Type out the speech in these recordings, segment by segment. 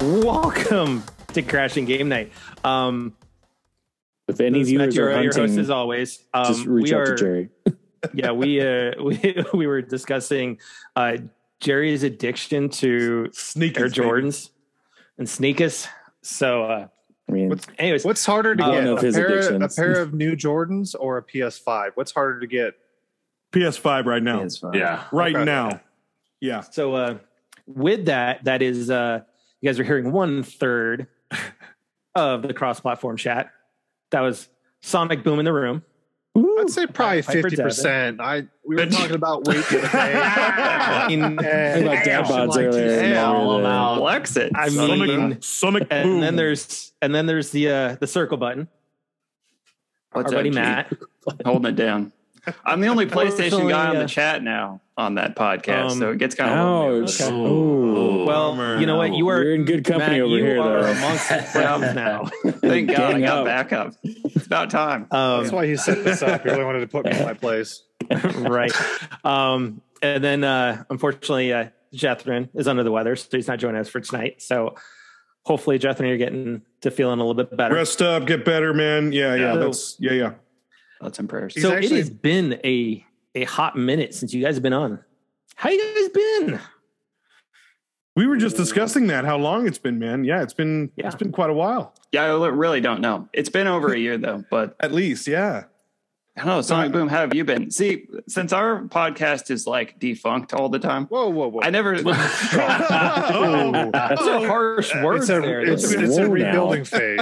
Welcome to Crashing Game Night. Um, If any this is Matt viewers are Giroux, your host hunting, as always. Um, just reach we out to are- Jerry. yeah, we uh, we we were discussing uh, Jerry's addiction to Sneakers. Air baby. Jordans and sneakers. So, uh, I mean, What's- anyways, What's harder to I don't get? know A if his pair, a addictions. pair of new Jordans or a PS5? What's harder to get? PS5 right now. it's fine. Yeah. Right Okay. now. Yeah. so uh, with that, that is uh, you guys are hearing one third of the cross-platform chat. That was Sonic Boom in the room. I'd say probably Hyper fifty percent. I we were talking about weight the other day. In- And Talking about dad bods earlier. you Yeah, said, we're there. flex it. I Sonic, mean, Sonic and Boom. then there's and then there's the uh, the circle button. What's Our buddy up, G? Matt. holding it down. I'm the only PlayStation Personally, guy on uh, the chat now on that podcast, Um, so it gets kind of Ouch. Okay. Ooh. Well, Bummer. you know what? You are You're in good company Matt, over you here, are though. amongst friends now. Thank God I Gang got oh. up. backup. It's about time. That's Um, why you set this up. You really wanted to put me in my place. right. Um, and then, uh, unfortunately, uh, Jethrin is under the weather, so he's not joining us for tonight. So hopefully, Jethrin, you're getting to feeling a little bit better. Rest up, get better, man. Yeah, yeah. Yeah. That's yeah, yeah. That's in prayers. He's so actually- it has been a a hot minute since you guys have been on. How you guys been? We were just discussing that, how long it's been, man. Yeah, it's been Yeah. it's been quite a while. Yeah, I li- really don't know. It's been over a year though, but At least, yeah. I don't know. Sonic Boom, how have you been? See, since our podcast is like defunct all the time, Whoa, whoa, whoa! I never. Oh, That's a harsh word uh, it's a, there. it's, Whoa it's a now. rebuilding phase.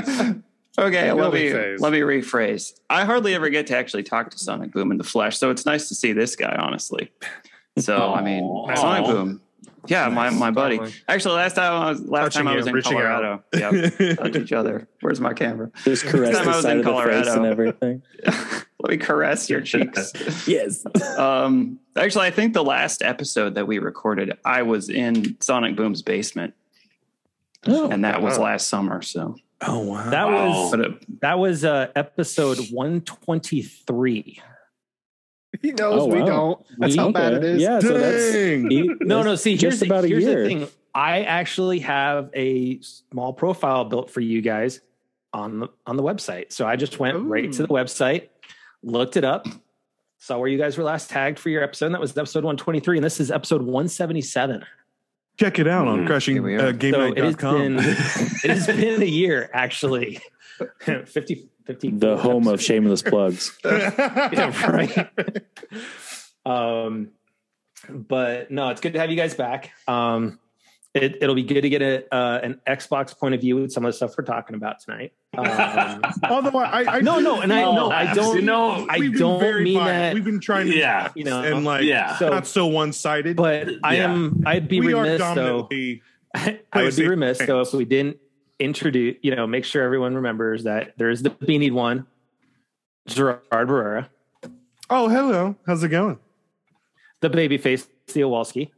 Okay, let Building me phase. let me rephrase. I hardly ever get to actually talk to Sonic Boom in the flesh, so it's nice to see this guy, honestly. So I mean, Aw. Sonic Boom, yeah, my my buddy. Actually, last time I was last Touching time I was you, in reaching out. Colorado. Yeah, touch each other. Where's my camera? Just caress time the I was side in of the face Colorado. and everything. Let me caress your cheeks. Yes. Um, actually, I think the last episode that we recorded, I was in Sonic Boom's basement, Oh, and that was wow. last summer. So, wow. that but was it, that was uh, episode one twenty three. He knows Oh, we wow. don't. That's how bad it is. Yeah, so that's Dang. you- No, that's no. See, just here's the- about a here's year. the thing. I actually have a small profile built for you guys on the on the website. So I just went right to the website, looked it up, saw where you guys were last tagged for your episode. and That was episode 123, and this is episode 177. Check it out Mm-hmm. on Mm, crushing here we are. uh, So it has gamenight.com. been it has been a year actually. 50 50 the home of shameless plugs. yeah, right. um, but no, it's good to have you guys back. Um, it, it'll be good to get a uh, an Xbox point of view with some of the stuff we're talking about tonight. Um, Although I, I no, no, and I no, Oh, I don't. you know, I we've been don't very mean bi- that. We've been trying to yeah, You know, and like yeah. so- not so one sided. But I am. I'd be we remiss are though. dominantly I would be PlayStation remiss though if fans. we didn't introduce. You know, make sure everyone remembers that there is the beanied one, Gerard Barrera, Oh hello. How's it going? the baby face Theo Walski,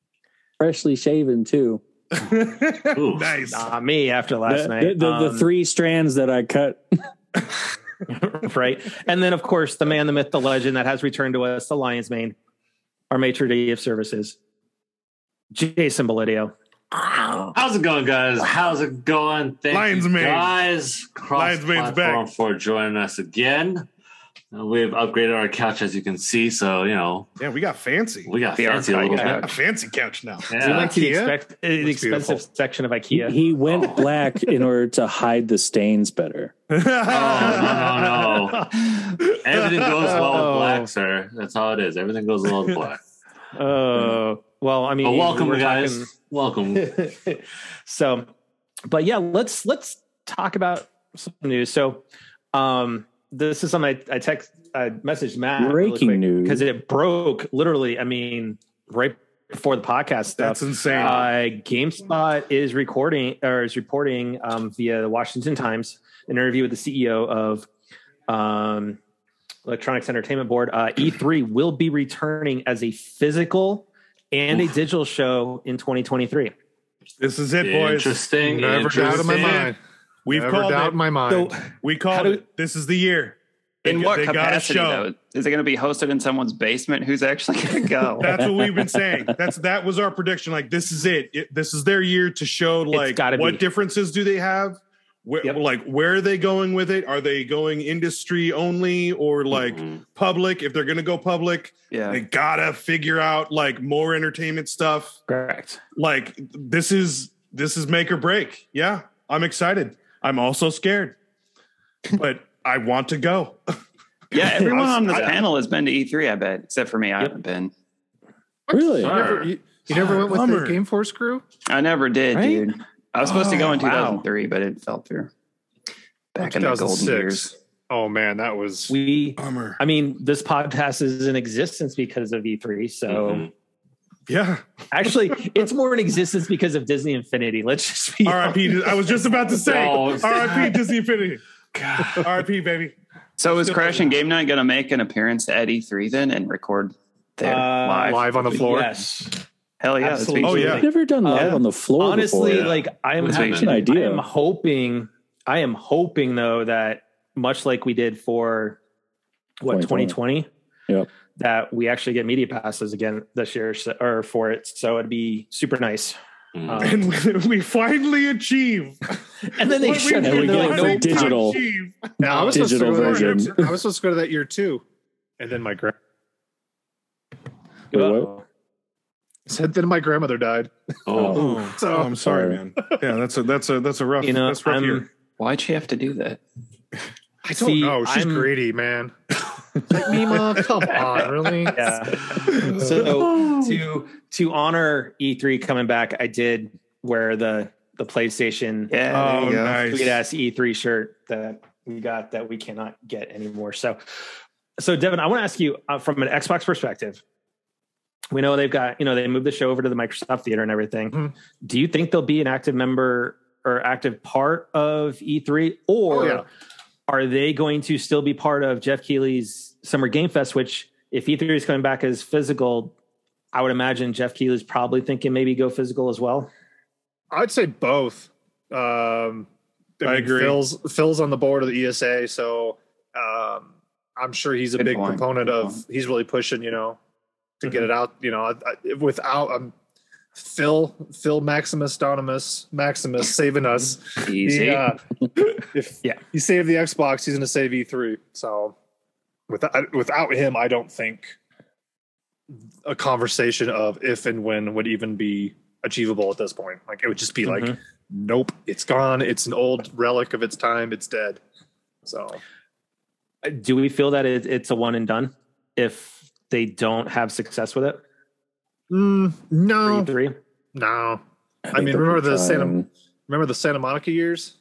Freshly shaven too. nice. not me after last The, night. the, the, Um, the three strands that I cut. right? And then, of course, the man, the myth, the legend that has returned to us, the Lion's Mane, our maitre d' of services, Jason Belidio. How's it going, guys? How's it going? Thank Lions you, Mane. guys. Cross Lions Mane's platform back. for joining us again. Uh, We've upgraded our couch, as you can see. So you know Yeah, we got fancy. we got The fancy a archive little couch. bit. a fancy couch now. Yeah. we went to the, IKEA? expect, uh, the Looks expensive beautiful. section of IKEA. He went black in order to hide the stains better. no, no, no. Everything goes well Oh. with black, sir. That's how it is. Everything goes well with black. Oh, well, I mean, But welcome, we were guys. Welcome. talking- so, but yeah, let's let's talk about some news. So, um, this is something I, I text, I messaged Matt. Breaking news. because it broke literally. I mean, right before the podcast stuff. That's insane. Uh, GameSpot is recording or is reporting um, via the Washington Times an interview with the CEO of um, Electronics Entertainment Board. Uh, E3 will be returning as a physical and a digital show in 2023. this is it, boys. Interesting. Never interesting. doubt in my mind. We've Never called doubt it. in my mind. So We How called do- it. This is the year. In They- what they got a capacity show. though? Is it going to be hosted in someone's basement? Who's actually going to go? That's what we've been saying. That's that was our prediction. Like this is it. It- this is their year to show like gotta what be. differences do they have? Where, Yep. Like where are they going with it? Are they going industry only or like Mhm. public? If they're gonna go public, yeah, they gotta figure out like more entertainment stuff. Correct. Like this is this is make or break. Yeah, I'm excited. I'm also scared, but I want to go. yeah. Everyone I- on this I- panel has been to E3, I bet, except for me. I Yep. haven't been. Really? Sure. never, you, you never went with Bummer. the Game Force crew? I never did, Right? dude. I was supposed to go Oh, in wow. 2003, but it fell through. Back in the golden 2006. years. Oh man, that was We, Bummer. I mean, this podcast is in existence because of E3. So Mhm. Yeah. actually, it's more in existence because of Disney Infinity. Let's just be R.I.P. I was just about to say No. R.I.P. Disney Infinity. R.I.P. Baby. So is Crash and Game Night going to make an appearance at E3 then and record there Uh, live? live on the floor. Yes. Hell yeah! that's what you Absolutely. should Oh, yeah. I've never done live Yeah. on the floor. Honestly, before. yeah. like I am That's an actually- idea. I am hoping I am hoping though that much like we did for what 2020. 2020, Yep. that we actually get media passes again this year so- or for it. So it'd be super nice. Mhm. Um, And we- we finally achieve. and then they what shut and it. They're we get like, no nope. finally digital. achieve. Yeah, I was supposed to Digital go to that- version. I was supposed to go to that year too, and then my grand Wait, what? Uh-oh. said then my grandmother died. Oh, Oh, So- I'm sorry, man. Yeah, that's a that's a that's a rough. You know, um, that's rough I'm- year. Why'd she have to do that? I don't See, know. She's I'm- greedy, man. like, Mima, come on, really? Yeah. Oh. so to to honor E3 coming back, I did wear the the PlayStation Yeah. Oh, nice. sweet ass E3 E shirt that we got that we cannot get anymore. So, so Devin, I want to ask you uh, from an Xbox perspective. We know they've got you know they moved the show over to the Microsoft Theater and everything. Mhm. Do you think they'll be an active member or active part of E3, or Oh, yeah. are they going to still be part of Jeff Keighley's Summer Game Fest? Which, if E3 is coming back as physical, I would imagine Jeff Keighley's probably thinking maybe go physical as well. I'd say both. Um, I agree. Phil's Phil's on the board of the ESA, so um, I'm sure he's a Good big point, proponent good of. point. He's really pushing, you know, to get it out. You know, I- I- without um, Phil Phil Maximus Donimus Maximus saving us. Easy. He, uh, if Yeah. you save the Xbox, he's going to save E3. So without without him, I don't think a conversation of if and when would even be achievable at this point. Like it would just be like, Mhm. nope, it's gone. It's an old relic of its time. It's dead. So do we feel that it, it's a one and done if they don't have success with it? mm, no, Three, three. no. I, mean, remember the Santa- Santa? Remember the Santa Monica years?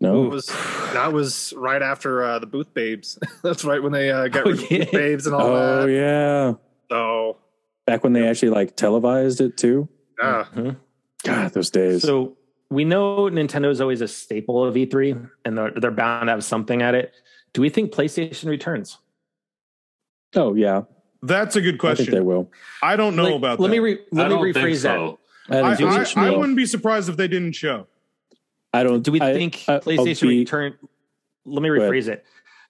No, It was that was right after uh, the Booth Babes. That's right when they uh, got Oh, rid of yeah. Booth Babes and all Oh that. yeah, So back when they actually like televised it too. yeah. Mhm. God, those days. So we know Nintendo is always a staple of E3, and they're they're bound to have something at it. Do we think PlayStation returns? oh yeah, That's a good I think they question. will. I don't know Like, about Let that. me re, let I me don't think rephrase that. so. I, I, think I, PlayStation I will. wouldn't be surprised if they didn't show. I don't. Do we I- think I- I'll PlayStation be- return? Let me Go ahead. rephrase it.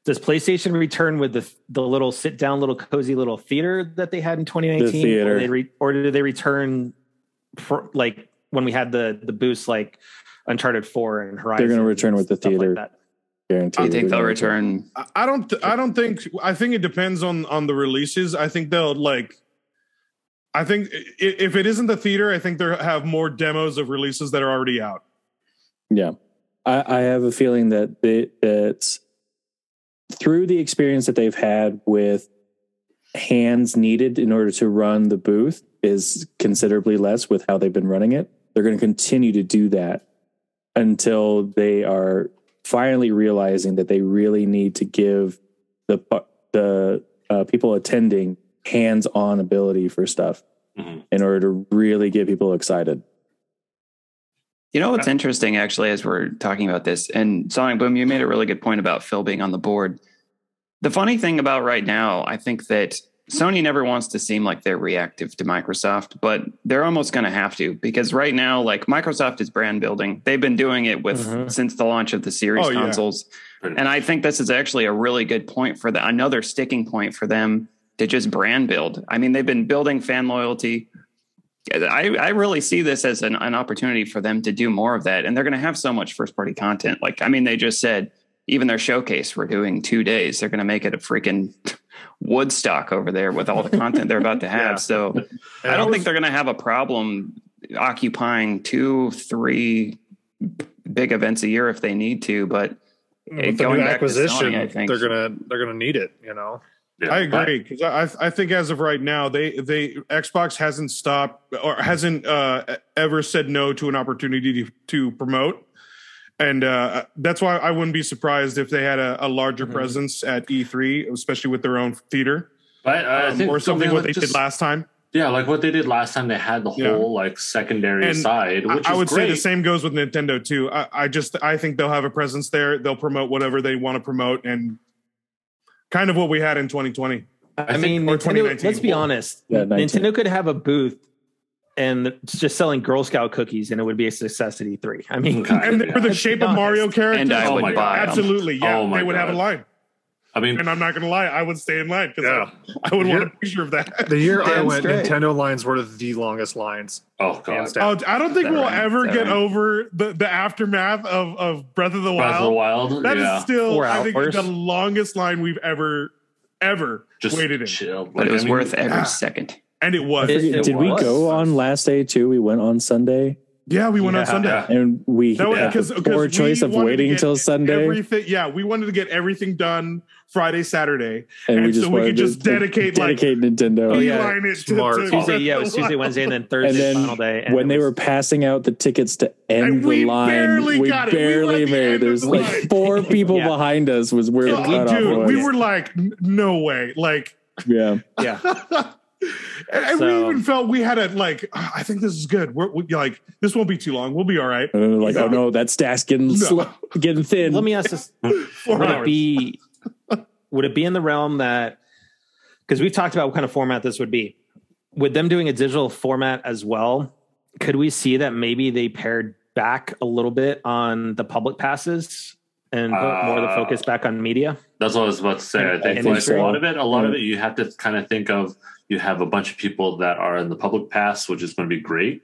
Does PlayStation return with the the little sit down, little cozy, little theater that they had in 2019? theater. or, they re, or do they return for, like when we had the the boost, like Uncharted 4 and Horizon? gonna return with the stuff like theater. that? guarantee? Do you think they're they'll gonna- return? I, I don't. Th- I don't think. I think it depends on on the releases. I think they'll like. I think i- if it isn't the theater, I think they have more demos of releases that are already out. Yeah, I, I have a feeling that they, that through the experience that they've had with hands needed in order to run the booth is considerably less with how they've been running it. They're going to continue to do that until they are finally realizing that they really need to give the pu- the uh, people attending hands-on ability for stuff Mhm. in order to really get people excited. You know what's interesting, actually, as we're talking about this, and Sonic Boom, you made a really good point about Phil being on the board. The funny thing about right now, I think that Sony never wants to seem like they're reactive to Microsoft, but they're almost going to have to because right now, like Microsoft is brand building. They've been doing it with Mhm. since the launch of the series Oh, yeah. consoles, Pretty and I think this is actually a really good point for the another sticking point for them to just brand build. I mean, they've been building fan loyalty. I, I really see this as an, an opportunity for them to do more of that, and they're going to have so much first party content. Like, I mean, they just said even their showcase we're doing two days. They're going to make it a freaking Woodstock over there with all the content they're about to have. Yeah. So And I don't was- think they're going to have a problem occupying two, three big events a year if they need to. But with the going new back to Sony, acquisition, I think- they're gonna they're gonna need it. You know, I agree because I I think as of right now they they Xbox hasn't stopped or hasn't uh, ever said no to an opportunity to, to promote, and uh, that's why I wouldn't be surprised if they had a, a larger Mm-hmm. presence at E3, especially with their own theater But uh, I um, think or something what like they did just- last time. Yeah, like what they did last time, they had the Yeah. whole like secondary And side, I, which I is would great. say the same goes with Nintendo too. I, I just I think they'll have a presence there. They'll promote whatever they want to promote and kind of what we had in 2020. I, I mean, think- or Nintendo, 2019. let's be honest. Yeah, 19. Nintendo could have a booth and it's just selling Girl Scout cookies, and it would be a success at E3. I mean, Okay. and they were the Let's shape be of Mario honest. characters. and I Oh would my buy 'em. Absolutely, yeah, Oh my they would have a God. line. I mean, And I'm not gonna lie, I would stay in line because yeah. I, I would want You're- a picture of that. The year I Damn went, straight. Nintendo lines were the longest lines. oh god, hands Breath down. Oh, I don't think Is that we'll right? ever Is that get right? over the, the aftermath of, of Breath of the of the Wild. Wild, That is yeah, still, Four I think, hours. the longest line we've ever ever just waited in, chill. but Like, it was I mean, worth every ah. second. and it was. It- Did, did we was. go on last day too? We went on Sunday yeah, we went on Yeah. Sunday. Yeah. and we That was had because the poor choice of waiting till Sunday, Everything, yeah, we wanted to get everything done Friday, Saturday, and, we and just so we could wanted just to dedicate, like- dedicate Nintendo. Oh, yeah. Beeline it to- Smart. to Tuesday, yeah, it was Breath of Tuesday, the Wild. Wednesday, and then Thursday, And then final day. and when it they was- were passing out the tickets to end we the line, barely we got it. We were barely at the made end it. of There's the like line. four people Yeah. behind us was where the Uh, cutoff dude, was. we were like, "N- no way. Like, yeah, yeah, and, and So- we even felt we had a like, "Ah, I think this is good. We're, we like, this won't be too long. We'll be all right. and then they're like, oh no, that stack's getting No. sl- getting thin. let me ask this: Four Would it hours. be? Would it be in the realm that? Because we've talked about what kind of format this would be. With them doing a digital format as well, could we see that maybe they pared back a little bit on the public passes and put more of the Uh, focus back on media? That's what I was about to say. I think And like, it's- a Mm. lot of it, a lot of Yeah. it, you have to kind of think of. You have a bunch of people that are in the public pass, which is going to be great,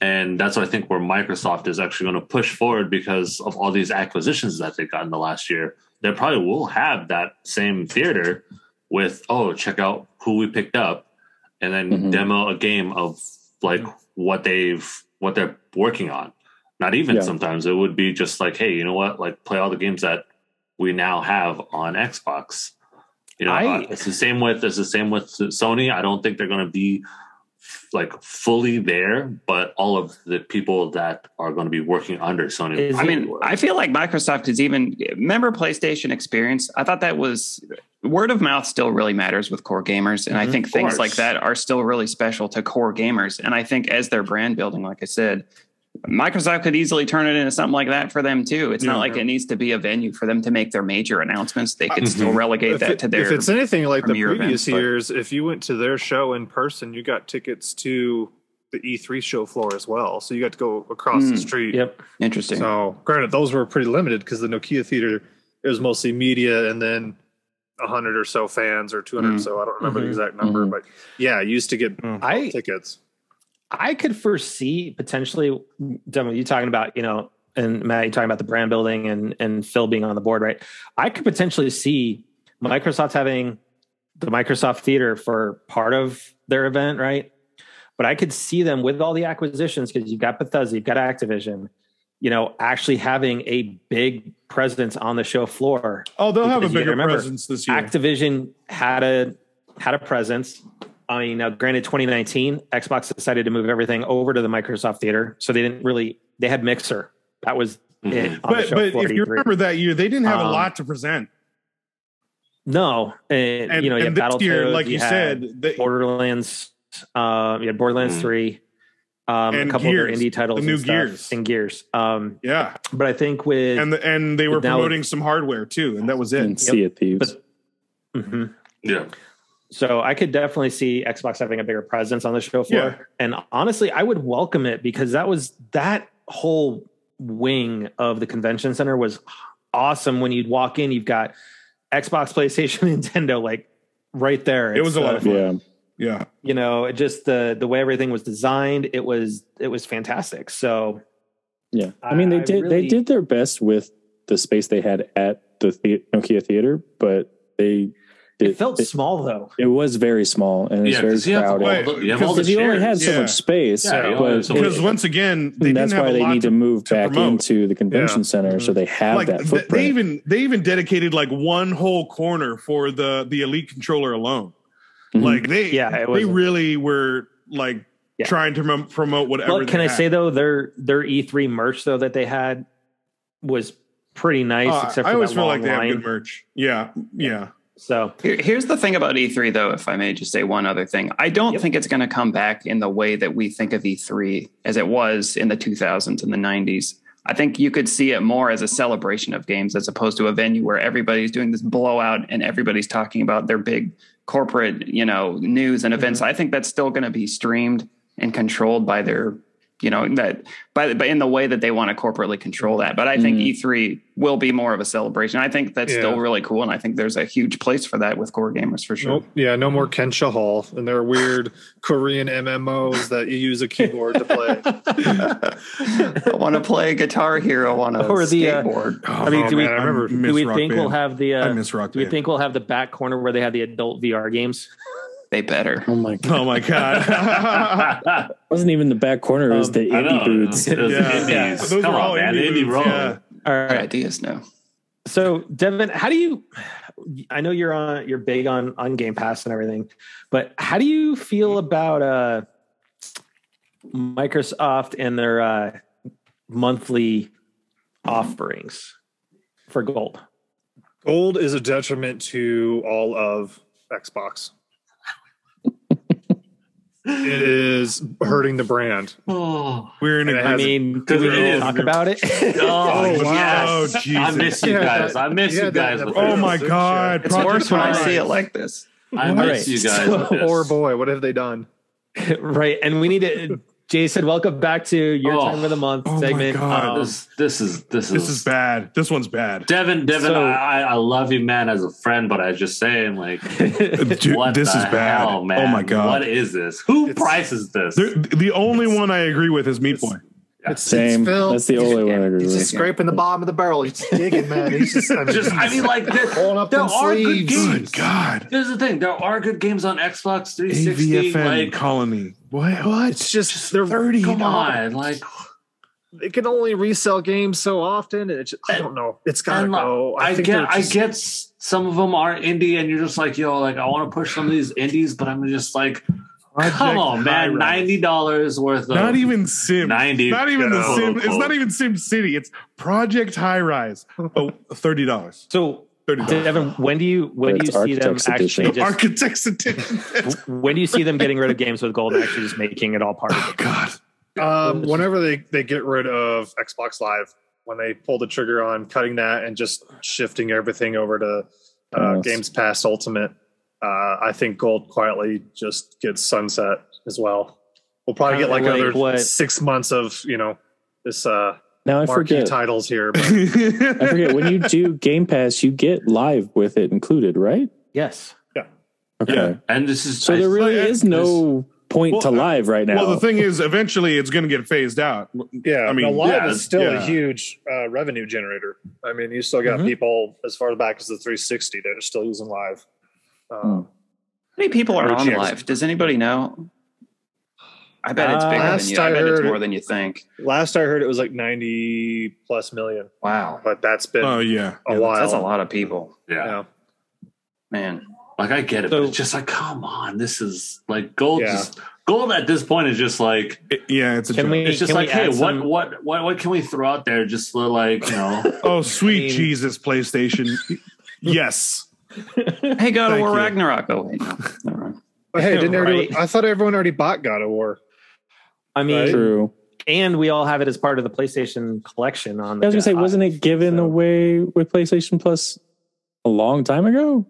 and that's what I think where Microsoft is actually going to push forward because of all these acquisitions that they've gotten the last year. They probably will have that same theater with oh, check out who we picked up, and then Mhm. demo a game of like what they've what they're working on. Not even Yeah. sometimes it would be just like, hey, you know what? Like play all the games that we now have on Xbox. You know, I- uh, it's the same with it's the same with Sony. I don't think they're going to be like fully there, but all of the people that are going to be working under Sony. Is I it- mean, I feel like Microsoft is even remember PlayStation Experience. I thought that was word of mouth still really matters with core gamers, and I Mhm. think things course. like that are still really special to core gamers. And I think as their brand building, like I said, Microsoft could easily turn it into something like that for them too. It's Yeah. not like it needs to be a venue for them to make their major announcements. They could Mhm. still relegate If, that it- to their. if it's anything like the premier previous events, but- years, if you went to their show in person, you got tickets to the E3 show floor as well. So you got to go across Hmm. the street. Yep. interesting. So granted, those were pretty limited because the Nokia theater it was mostly media and then hundred or so fans or two hundred Hmm. Mm-hmm. or so. I don't remember Mhm. the exact number, Mhm. but yeah, you used to get I tickets. I could foresee potentially, Demo, you talking about, you know, and Matt, you talking about the brand building and and Phil being on the board, right? I could potentially see Microsoft having the Microsoft Theater for part of their event, right? But I could see them with all the acquisitions because you've got Bethesda, you've got Activision, you know, actually having a big presence on the show floor Oh, they'll have a Because you bigger remember, presence this year. Activision had a had a presence. I mean, now granted, 2019, Xbox decided to move everything over to the Microsoft Theater, so they didn't really they had Mixer. That was it. Mhm. on the but show but floor if 43. you remember that year, they didn't have a Um, lot to present. no, and, And, you know, you and had this Battletoads, year, like you, had said, they, Borderlands, um, you had Borderlands Mhm. Three, um, a And couple of Gears, indie titles, new and stuff, Gears. and Gears. Um, yeah, but I think with and the, and they were Now- promoting some hardware too, and that was it. and see it, Thieves. Mhm. yeah, So I could definitely see Xbox having a bigger presence on the show floor. Yeah. And honestly, I would welcome it because that was that whole wing of the convention center was awesome. When you'd walk in, you've got Xbox, PlayStation, Nintendo, like right there. It It's, was a lot uh, of fun. Yeah. Yeah. you know, it just the the way everything was designed, it was it was fantastic. So Yeah, I I- mean they I did they really- did their best with the space they had at the, the Nokia theater, but they it, did, felt it, small though. it was very small and it's Yeah, very because you have all crowded the, you have all the because you only had chairs. so Yeah. much space. Yeah, you but only had so much it- Because once again, they and that's didn't have why a they lot need to, to move to back promote. into the convention center so they Mm-hmm. have like that th- footprint. they even they even dedicated like one whole corner for the the elite controller alone Mhm. like they Yeah, it they was- really were like Yeah. trying to prom- promote whatever But can they I had. say though, their their E3 merch though that they had was pretty nice, Uh, except for i always that feel long like they line. have good merch yeah yeah So Here- Here's the thing about E3, though, if I may just say one other thing. I don't Yep. think it's going to come back in the way that we think of E3 as it was in the 2000s and the 90s. I think you could see it more as a celebration of games as opposed to a venue where everybody's doing this blowout and everybody's talking about their big corporate, you know, news and events. I think that's still going to be streamed and controlled by their, you know, that by, by in the way that they want to corporately control that. But I think Mhm. E3 will be more of a celebration. I think that's Yeah. still really cool, and I think there's a huge place for that with core gamers for sure. Nope. Yeah, no more Kensha Hall and their weird Korean MMOs that you use a keyboard to play. I want to play Guitar Hero on a Or the, uh, skateboard. I mean, Oh, do we- man, I remember do we Miss Rock think we'll Band. have the i uh, miss rock do we Band. think we'll have the back corner where they had the adult VR games? they better. oh my god! oh my god It wasn't even the back corner; it was Um, the I know. indie booths. It was Yeah. indies. Yeah. Those Come were on, all man. indie Indie, booths, roll. yeah. All Good right. ideas, no. So Devin, how do you? I know you're on. You're big on on Game Pass and everything, but how do you feel about uh, Microsoft and their uh, monthly offerings for gold? Gold is a detriment to all of Xbox. it is hurting the brand. Oh, we're in a I I As it- mean, because do we need it to is- talk about it? oh, wow. yes. Oh, I Jesus. miss you Yeah, guys. that- I miss yeah, you that- guys. that- with oh this. my Zoom god It's Project worse when I see it Rise. like this. I All miss right. you guys. So- with this. Poor boy, what have they done? right. And we need to. Jason, welcome back to your Oh. time of the month Oh my segment. God. Um, Uh, This, this is this is this is bad this one's bad Devin. Devin, So- I, I I love you, man, as a friend, but I just saying like. Um, Dude, what this the is bad hell, man? oh my god What is this? Who It's- prices this? There- the only one I agree with is Meat It's- Boy. It's Same. It's Phil. That's the only one I agree He's with. just scraping the bottom of the barrel. He's just digging, man. He's just, I mean, just I mean, like this, Pulling up there them are good sleeves. games. Good God. Here's the thing: there are good games on Xbox 360. AVFN Like, Colony. What? What? it's just they're thirty. come on, like, They can only resell games so often. It's just, I don't know. It's gotta and, like, go. I, think get, they're just- I get s- some of them are indie, and you're just like, yo, like, I want to push some of these indies, but I'm just like, Project come on, High man, Rise. ninety dollars worth of Not even Sim. 90 Not even the no. Sim. It's not even Sim City. It's Project High Rise. Oh, thirty dollars. so, Thirty dollars. Devin, when do you when do you That's see them Architects Edition. actually just Architects Edition. when do you see them getting rid of games with gold and actually just making it all part of oh God. Um, whenever they, they get rid of Xbox Live, when they pull the trigger on cutting that and just shifting everything over to uh, Yes. Games Pass Ultimate, uh, I think Gold quietly just gets sunset as well. We'll probably get like, Kinda like another what- six months of you know this uh, Now I marquee forget. titles here. But I I forget when you do Game Pass, you get live with it included, right? Yes. Okay. Yeah. And this is So there really Like, uh, is no point Well, to uh, live right now. Well, the thing is, eventually it's going to get phased out. Yeah, I I mean, mean, live yeah, is still yeah. a huge uh, revenue generator. I mean, you still got Mhm. people as far back as the 360 that are still using live. Uh, Hmm. How many people are Oh, on cheers. live? Does anybody know? I bet it's Uh, bigger than last you. I, I bet it's heard- more than you think. Last I heard, it was like 90 plus million, Wow, but that's been Oh yeah. a Yeah. while. that's a lot of people, yeah. Yeah. man. Like I get it, So- but it's just like, come on, this is like gold. Yeah. Just, gold at this point is just like It- yeah. It's a Can joke. we- it's just Can like, hey, add some- what, what what what can we throw out there? Just to, like you know, Oh sweet I mean- Jesus, PlayStation. yes. Hey, God of Thank War you. Ragnarok. Oh wait, no, never mind. But hey, didn't everybody- Right. I thought everyone already bought God of War. I mean, True. and we all have it as part of the PlayStation collection on I was gonna say, wasn't it given So- away with PlayStation Plus a long time ago?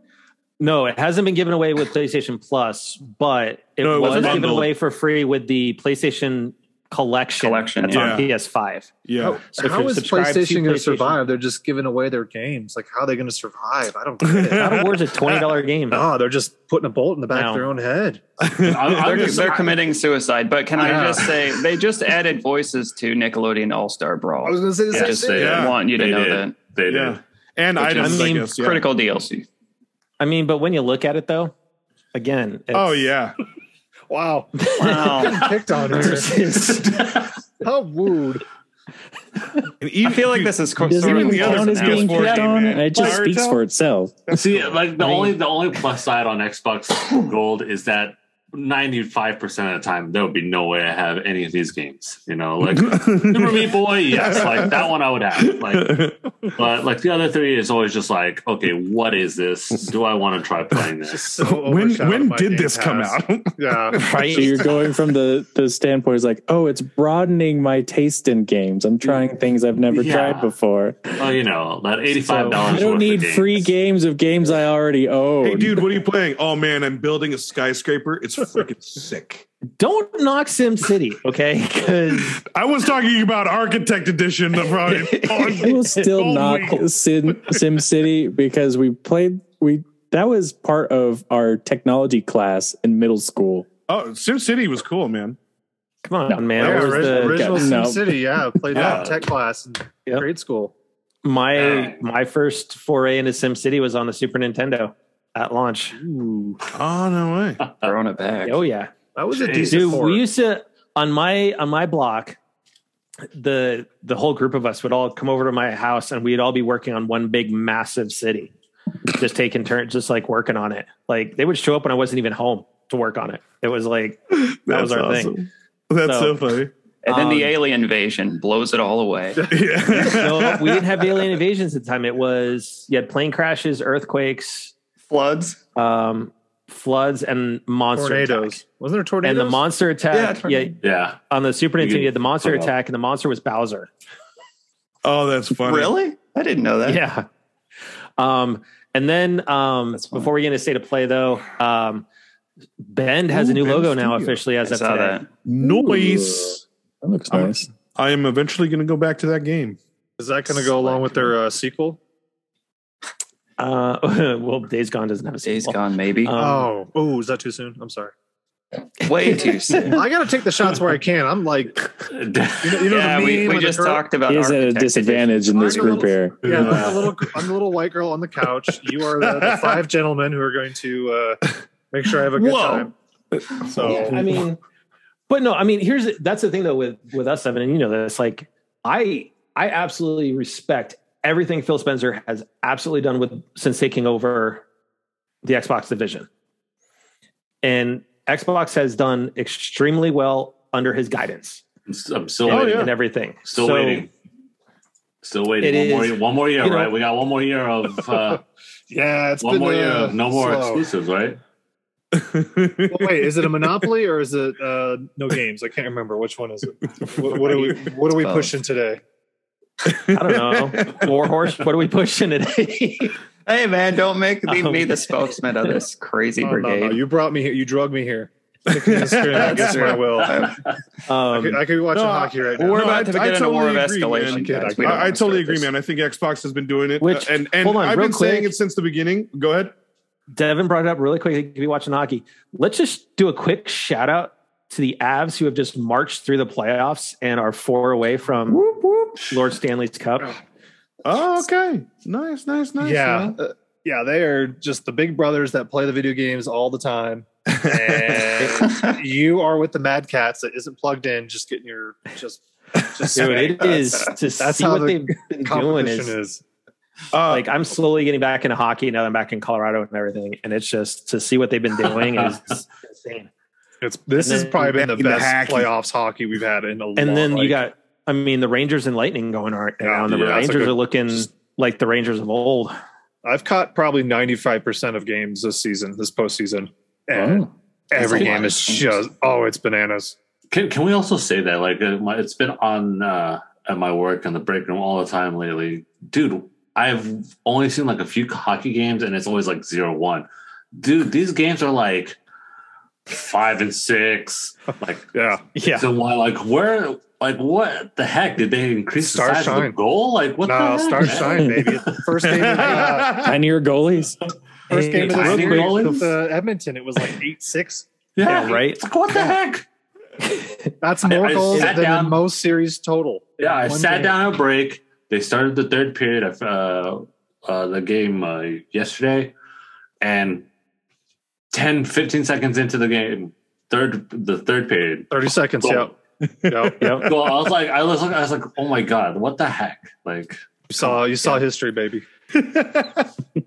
No, it hasn't been given away with PlayStation Plus, but it, No, it was was given bundled. away for free with the PlayStation Collection. Collection, that's yeah. on PS5. Yeah. How- So if how you're is subscribed to PlayStation going to PlayStation- survive? They're just giving away their games. Like, how are they going to survive? I don't get it. God of War's a twenty dollar game. Ah, they're just putting a bolt in the back No. of their own head. I, They're, am just, they're committing suicide. But can Yeah. I just say they just added voices to Nickelodeon All Star I was Brawl. going to say the Yeah, same just thing. say I Yeah. want you to They know did. that they do. yeah. And Which items, is- I I mean, guess. Yeah. critical DLC. I mean, but when you look at it though, again, it's, Oh yeah. Wow. Wow. Picked on her. How rude. And even, I feel like dude, this is co- Doesn't sort of even the others close count as now. being Sports picked game, on. man. It just Naruto? speaks for itself. See, like the I mean- only the only plus side on Xbox Gold is that ninety five percent of the time there would be no way I have any of these games. You know, like Super Meat Boy, yes, like that one I would have. Like, but like the other three is always just like, okay, what is this? Do I want to try playing It's this? just so when overshadowed when by did Game this come Pass. out? Yeah. So you're going from the the standpoint is like, oh, it's broadening my taste in games. I'm trying things I've never Yeah. tried before. Oh, you know, that eighty five I dollars. don't need free games of games I already own. hey dude, what are you playing? Oh man, I'm building a skyscraper. It's freaking sick. don't knock Sim City, okay? Because I was talking about Architect Edition. Of I will still Oh, knock wait. Sim, Sim City because we played we that was part of our technology class in middle school. oh, Sim City was cool, man. come on, man, Yeah, that was orig- the original no. City. Yeah, played that Yeah. in tech class in Yep. grade school. my Yeah. my first foray into Sim City was on the Super Nintendo at launch. Ooh, Oh no way. Throwing it back. Oh yeah. that was a Jeez. decent. Dude, port. we used to on my on my block. The the whole group of us would all come over to my house and we'd all be working on one big massive city, just taking turns, just like working on it. Like they would show up when I wasn't even home to work on it. It was like That was our thing. That's So- so, funny. And then the Um, alien invasion blows it all away. no, Yeah. uh, we didn't have alien invasions at the time. It was you had plane crashes, earthquakes, Floods. um, floods, and monster tornadoes. attack. Wasn't there tornadoes? And the monster attack, Yeah, yeah, Yeah, on the Super You Nintendo, can you had the monster pull it up. attack, and the monster was Bowser. oh, that's funny. Really? I didn't know that. yeah um and then um That's funny. before we get into state of play though um bend has Ooh, a new Bend logo now Studio. officially as I of saw today that. Noise. That looks I'm- nice. I am eventually going to go back to that game. Is that going to go along with their uh, sequel? uh well days gone doesn't have a Days sequel. gone, maybe. Um, oh, oh, is that too soon? I'm sorry. Way too soon. I got to take the shots where I can. I'm like, you know, you know yeah, the meme we, we with the just girl- talked about He is at a architect disadvantage in this Architect group here. Yeah, I'm the little, I'm the little white girl on the couch. You are the, the five gentlemen who are going to uh, make sure I have a good Whoa. time. So, Yeah, i mean but no i mean here's that's the thing though with with us seven and you know this like i i absolutely respect everything phil spencer has absolutely done with since taking over the xbox division and xbox has done extremely well under his guidance I'm still and, Oh, waiting. yeah. and everything. Still So, waiting. Still waiting. It one is- more, one more year, you know- right? We got one more year of uh, yeah, it's one been more uh, year of no more slow. exclusives, right? Well, wait, is it a monopoly or is it uh, no games? I can't remember which one is it. What, what are we What are we Both. pushing today? I don't know. War horse. What are we pushing today? Hey man, don't make me, Um, me the spokesman of this crazy Oh, no, brigade. no, you brought me here. You drug me here. Kicking and screaming That's against my true. will. I could, um, I could be watching No, hockey right We're now. No, about I- to begin I in a war of totally agree, escalation. man. guys. I- We don't I, I wanna start totally agree, this. man. I think Xbox has been doing it, Which- uh, and and hold on, I've real been saying quick. it since the beginning. Go ahead. Devin brought it up really quick. He could be watching hockey. Let's just do a quick shout out to the Avs who have just marched through the playoffs and are four away from Lord Stanley's Cup. Oh, okay. Nice, nice, nice. yeah, man. uh, yeah, they are just the big brothers that play the video games all the time. And you are with the Mad Cats that isn't plugged in, just getting your just. just Dude, it is to That's see how what the they've been doing competition is, is, Uh, like I'm slowly getting back into hockey now. that I'm back in Colorado and everything, and it's just to see what they've been doing is insane. It's this and has then probably been the back in the best hacky. playoffs hockey we've had in a long. and then like, you got i mean the rangers and lightning going on right now and the Yeah, that's a rangers good- are looking like the rangers of old I've caught probably ninety five percent of games this season, this postseason, and Oh. every That's a game lot is of games. just oh, it's bananas. Can Can we also say that like uh, my- it's been on uh, at my work in the break room all the time lately, dude? I've only seen like a few hockey games, and it's always like zero one. dude, these games are like five and six. Like, Yeah. Yeah. so why? Like, where? Like, what the heck did they increase the size of the Starshine. goal? Like, what? no, the heck, Star man? Shine, baby. First game, of the, uh, And your goalies. first game of the Hey, series Rollins? with uh, Edmonton, it was like eight six. Yeah, right? It's like, what the heck? That's I- I more goals sat than the down- most series total. in Yeah, I one sat game. down at break. They started the third period of uh, uh, the game uh, yesterday, and 10, 15 seconds into the game, third the third period. Thirty seconds. Goal. Yep. yep. Yep. Goal. I was like, I was like, I was like, oh my god, what the heck? Like, You saw you saw history, baby.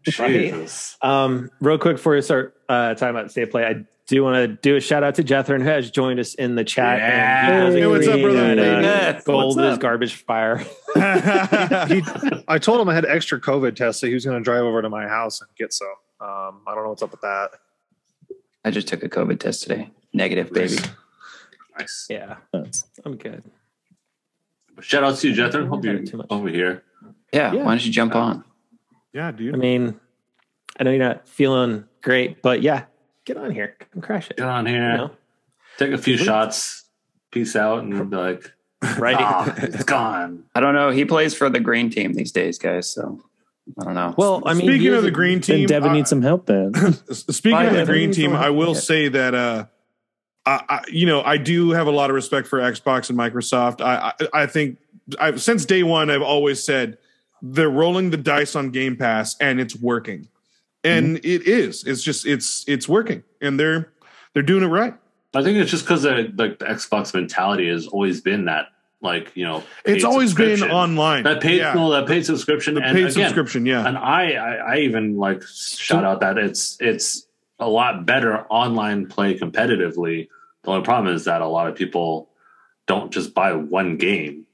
Jesus. Um, real quick before we start uh, talking about state play, I do want to do a shout out to Jethro, who has joined us in the chat. Yeah. And he Hey, what's up, brother? And, uh, Yes, what's gold is up? garbage fire. He, I told him I had extra COVID tests, so he was going to drive over to my house and get some. Um, I don't know what's up with that. I just took a COVID test today. Negative, baby. Nice. Yeah, That's- I'm good. Shout out to you, Jethro. Hope Not too you much. over here. Yeah, Yeah. Why don't you jump on? yeah, I dude. mean, I know you're not feeling great, but yeah, get on here. Come crash it. Get on You here. know? Take a few shots. Peace out, and be like, Right? ah, it's gone. I don't know. He plays for the green team these days, guys. So I don't know. Well, I mean, he Speaking is of the a- green Then team, uh, Devin I- needs some help then. Speaking of Biden. the green team, I will Yeah. say that uh, I, I you know I do have a lot of respect for Xbox and Microsoft. I I, I think I've, since day one I've always said they're rolling the dice on Game Pass and it's working, and Mm-hmm. it is. It's just it's it's working, and they're they're doing it right. I think it's just because like the Xbox mentality has always been that, like you know, It's paid always been subscription. online. that paid yeah. no that paid subscription the and paid again, subscription. Yeah, And I, I I even like shout out that it's it's a lot better online play competitively. The only problem is that a lot of people don't just buy one game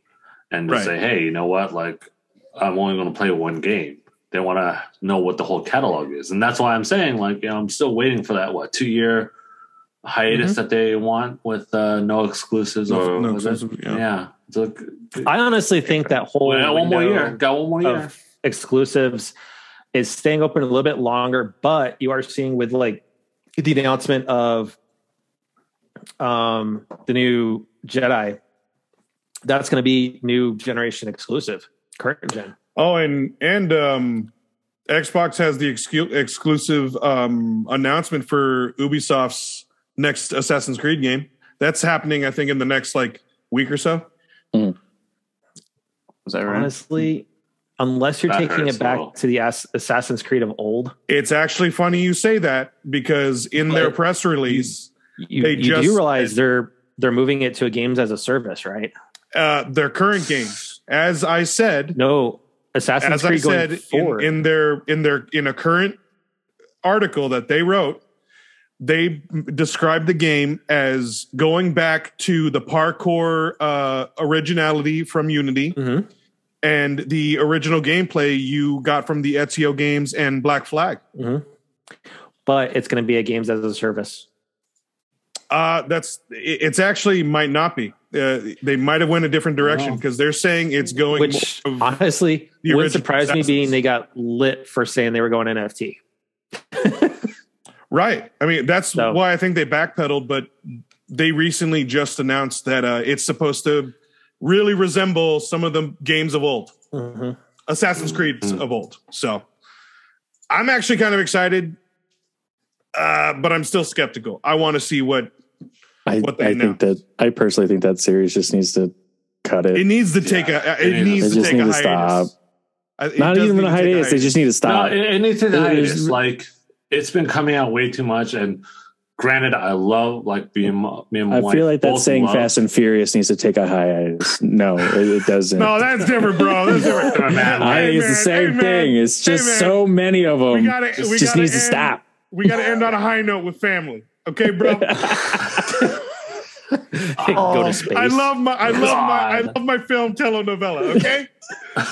and just Right. say, hey, you know what, like I'm only going to play one game. They want to know what the whole catalog is, and that's why I'm saying like you know, I'm still waiting for that what two year hiatus that they want with uh, no exclusives or Mm-hmm. No was it? exclusive, yeah. yeah. It's like, I honestly think that whole we got one more window year. Got one more year. of exclusives is staying open a little bit longer, but you are seeing with like the announcement of um the new Jedi, that's going to be new generation exclusive, current gen. Oh, and and um, Xbox has the excu- exclusive um, announcement for Ubisoft's next Assassin's Creed game. That's happening, I think, in the next like week or so. was that right? Honestly, unless you're That taking it hurts a back little. to the Ass- Assassin's Creed of old, It's actually funny you say that because in Oh. their press release, you, They you just- do realize they're they're moving it to a games as a service, right? uh, their current games, as I said, No, Assassin's as I Creed going said in, forward. in their in their in a current article that they wrote, they m- described the game as going back to the parkour uh, originality from Unity Mhm. and the original gameplay you got from the Ezio games and Black Flag. But it's going to be a games as a service. Uh, that's it- it's actually might not be. Uh, they might have went a different direction Wow. because they're saying it's going which more of- honestly the wouldn't original surprise me Assassins. being they got lit for saying they were going NFT. Right. I mean, that's So- why I think they backpedaled, but they recently just announced that uh, it's supposed to really resemble some of the games of old, Mm-hmm. Assassin's Creed Mm-hmm. Mhm. of old. So I'm actually kind of excited, uh, but I'm still skeptical. I want to see what I, What they I think that I personally think that series just needs to cut it. it needs to take. Yeah, a, it, it to- needs to needs They just take a need to hiatus. stop. I- it Not does even need a to take hiatus. They just need to stop. No, it, it needs to There- hiatus. there's- Like it's been coming out way too much. And granted, I love like me and my- me and my I wife feel like both that's saying love- Fast and Furious needs to take a hiatus. No, it, it doesn't. No, that's different, bro. That's different. Man, I think it's the Amen. same Amen. thing. It's just Amen. so many of them. We gotta- just we just gotta needs to end- stop. We got to end on a high note with family. Okay, bro. Go to space. Oh, I love my I love my I God. love my film telenovela. Okay,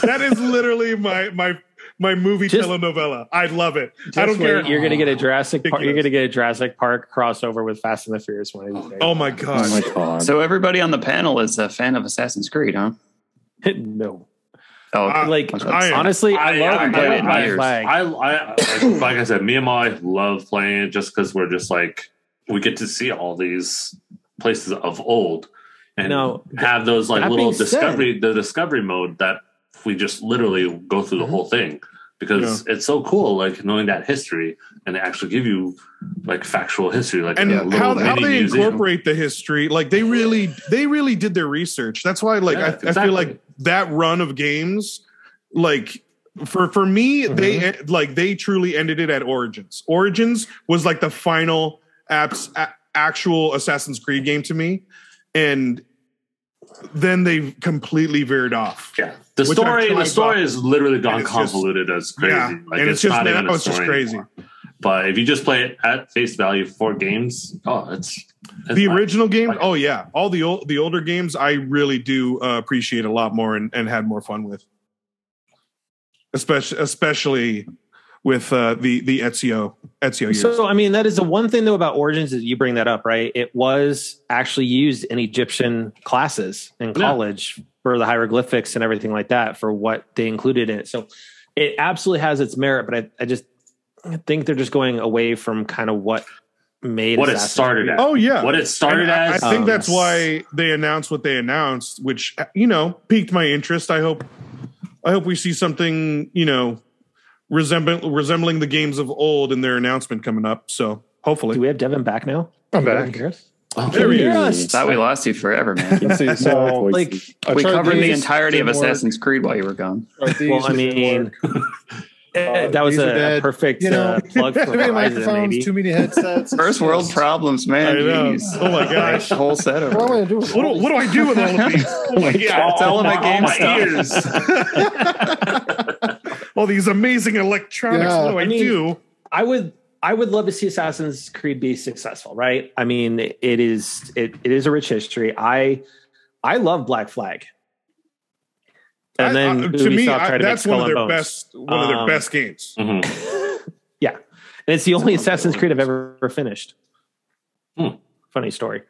that is literally my my my movie Just- telenovela. I love it. I Just don't care. wait, You're gonna get a Jurassic. Park, Ridiculous. you're gonna get a Jurassic Park crossover with Fast and the Furious one. of these days. Oh my god! Oh my god. So everybody on the panel is a fan of Assassin's Creed, huh? no, Oh, Uh, I- Like I am- honestly, I, I- love I- I- playing Black I- Flag. I, I like, like I said, me and my love playing it just because we're just like we get to see all these places of old and No, have those like that little being said- discovery the discovery mode that we just literally go through Mm-hmm. the whole thing because it's so cool like knowing that history and they actually give you like factual history like and a little how, how mini they museum. incorporate the history like they really they really did their research that's why like Yeah, I, I exactly. feel like that run of games like for for me they Mm-hmm. like they truly ended it at origins origins was like the final apps a- actual assassin's creed game to me and then they completely veered off yeah the Which I story the tried story is literally gone it's just- convoluted as crazy yeah like and it's, just not now even a it's just story crazy anymore. But if you just play it at face value for games, oh, it's, it's the fine. original game Like- oh yeah all the old the older games i really do uh, appreciate a lot more and, and had more fun with especially especially with uh, the the ezio ezio years So I mean, that is the one thing though about Origins is you bring that up, right? It was actually used in Egyptian classes in college for the hieroglyphics and everything like that for what they included in it. So it absolutely has its merit, but I, I just think they're just going away from kind of what made what it Assassin's started Creed. at. oh yeah What it started And I, as. I think um, that's why they announced what they announced which uh, you know piqued my interest i hope i hope we see something you know resembling resembling the games of old in their announcement coming up so hopefully Do we have Devin back now? I'm Devin can back. hear us? Oh, There he is. Thought we lost you forever, man. Let's see, so, Like, I we tried covered the these, entirety of didn't work. Assassin's Creed while you were gone. Tried these, well, I didn't mean, work. eh, that was Uh, these are a, dead. perfect You know, uh, plug for too many Horizon, microphones, maybe. too many headsets. First world problems, man. I know. Jeez. Oh my gosh. whole set of. What am I gonna do? with what, do- what do i do with all of these oh my god It's all of my game stuff. all these amazing electronics. Yeah. What do I, I mean- do? I would I would love to see Assassin's Creed be successful, right? I mean, it is it, it is a rich history. I I love Black Flag. And I- then I- to Ubisoft me, tried I, to make that's Skull one of and their Bones. best, one of their Um, best games. Mhm. And it's the only Skull and Assassin's Bones. Creed I've ever finished. Hmm. Funny story.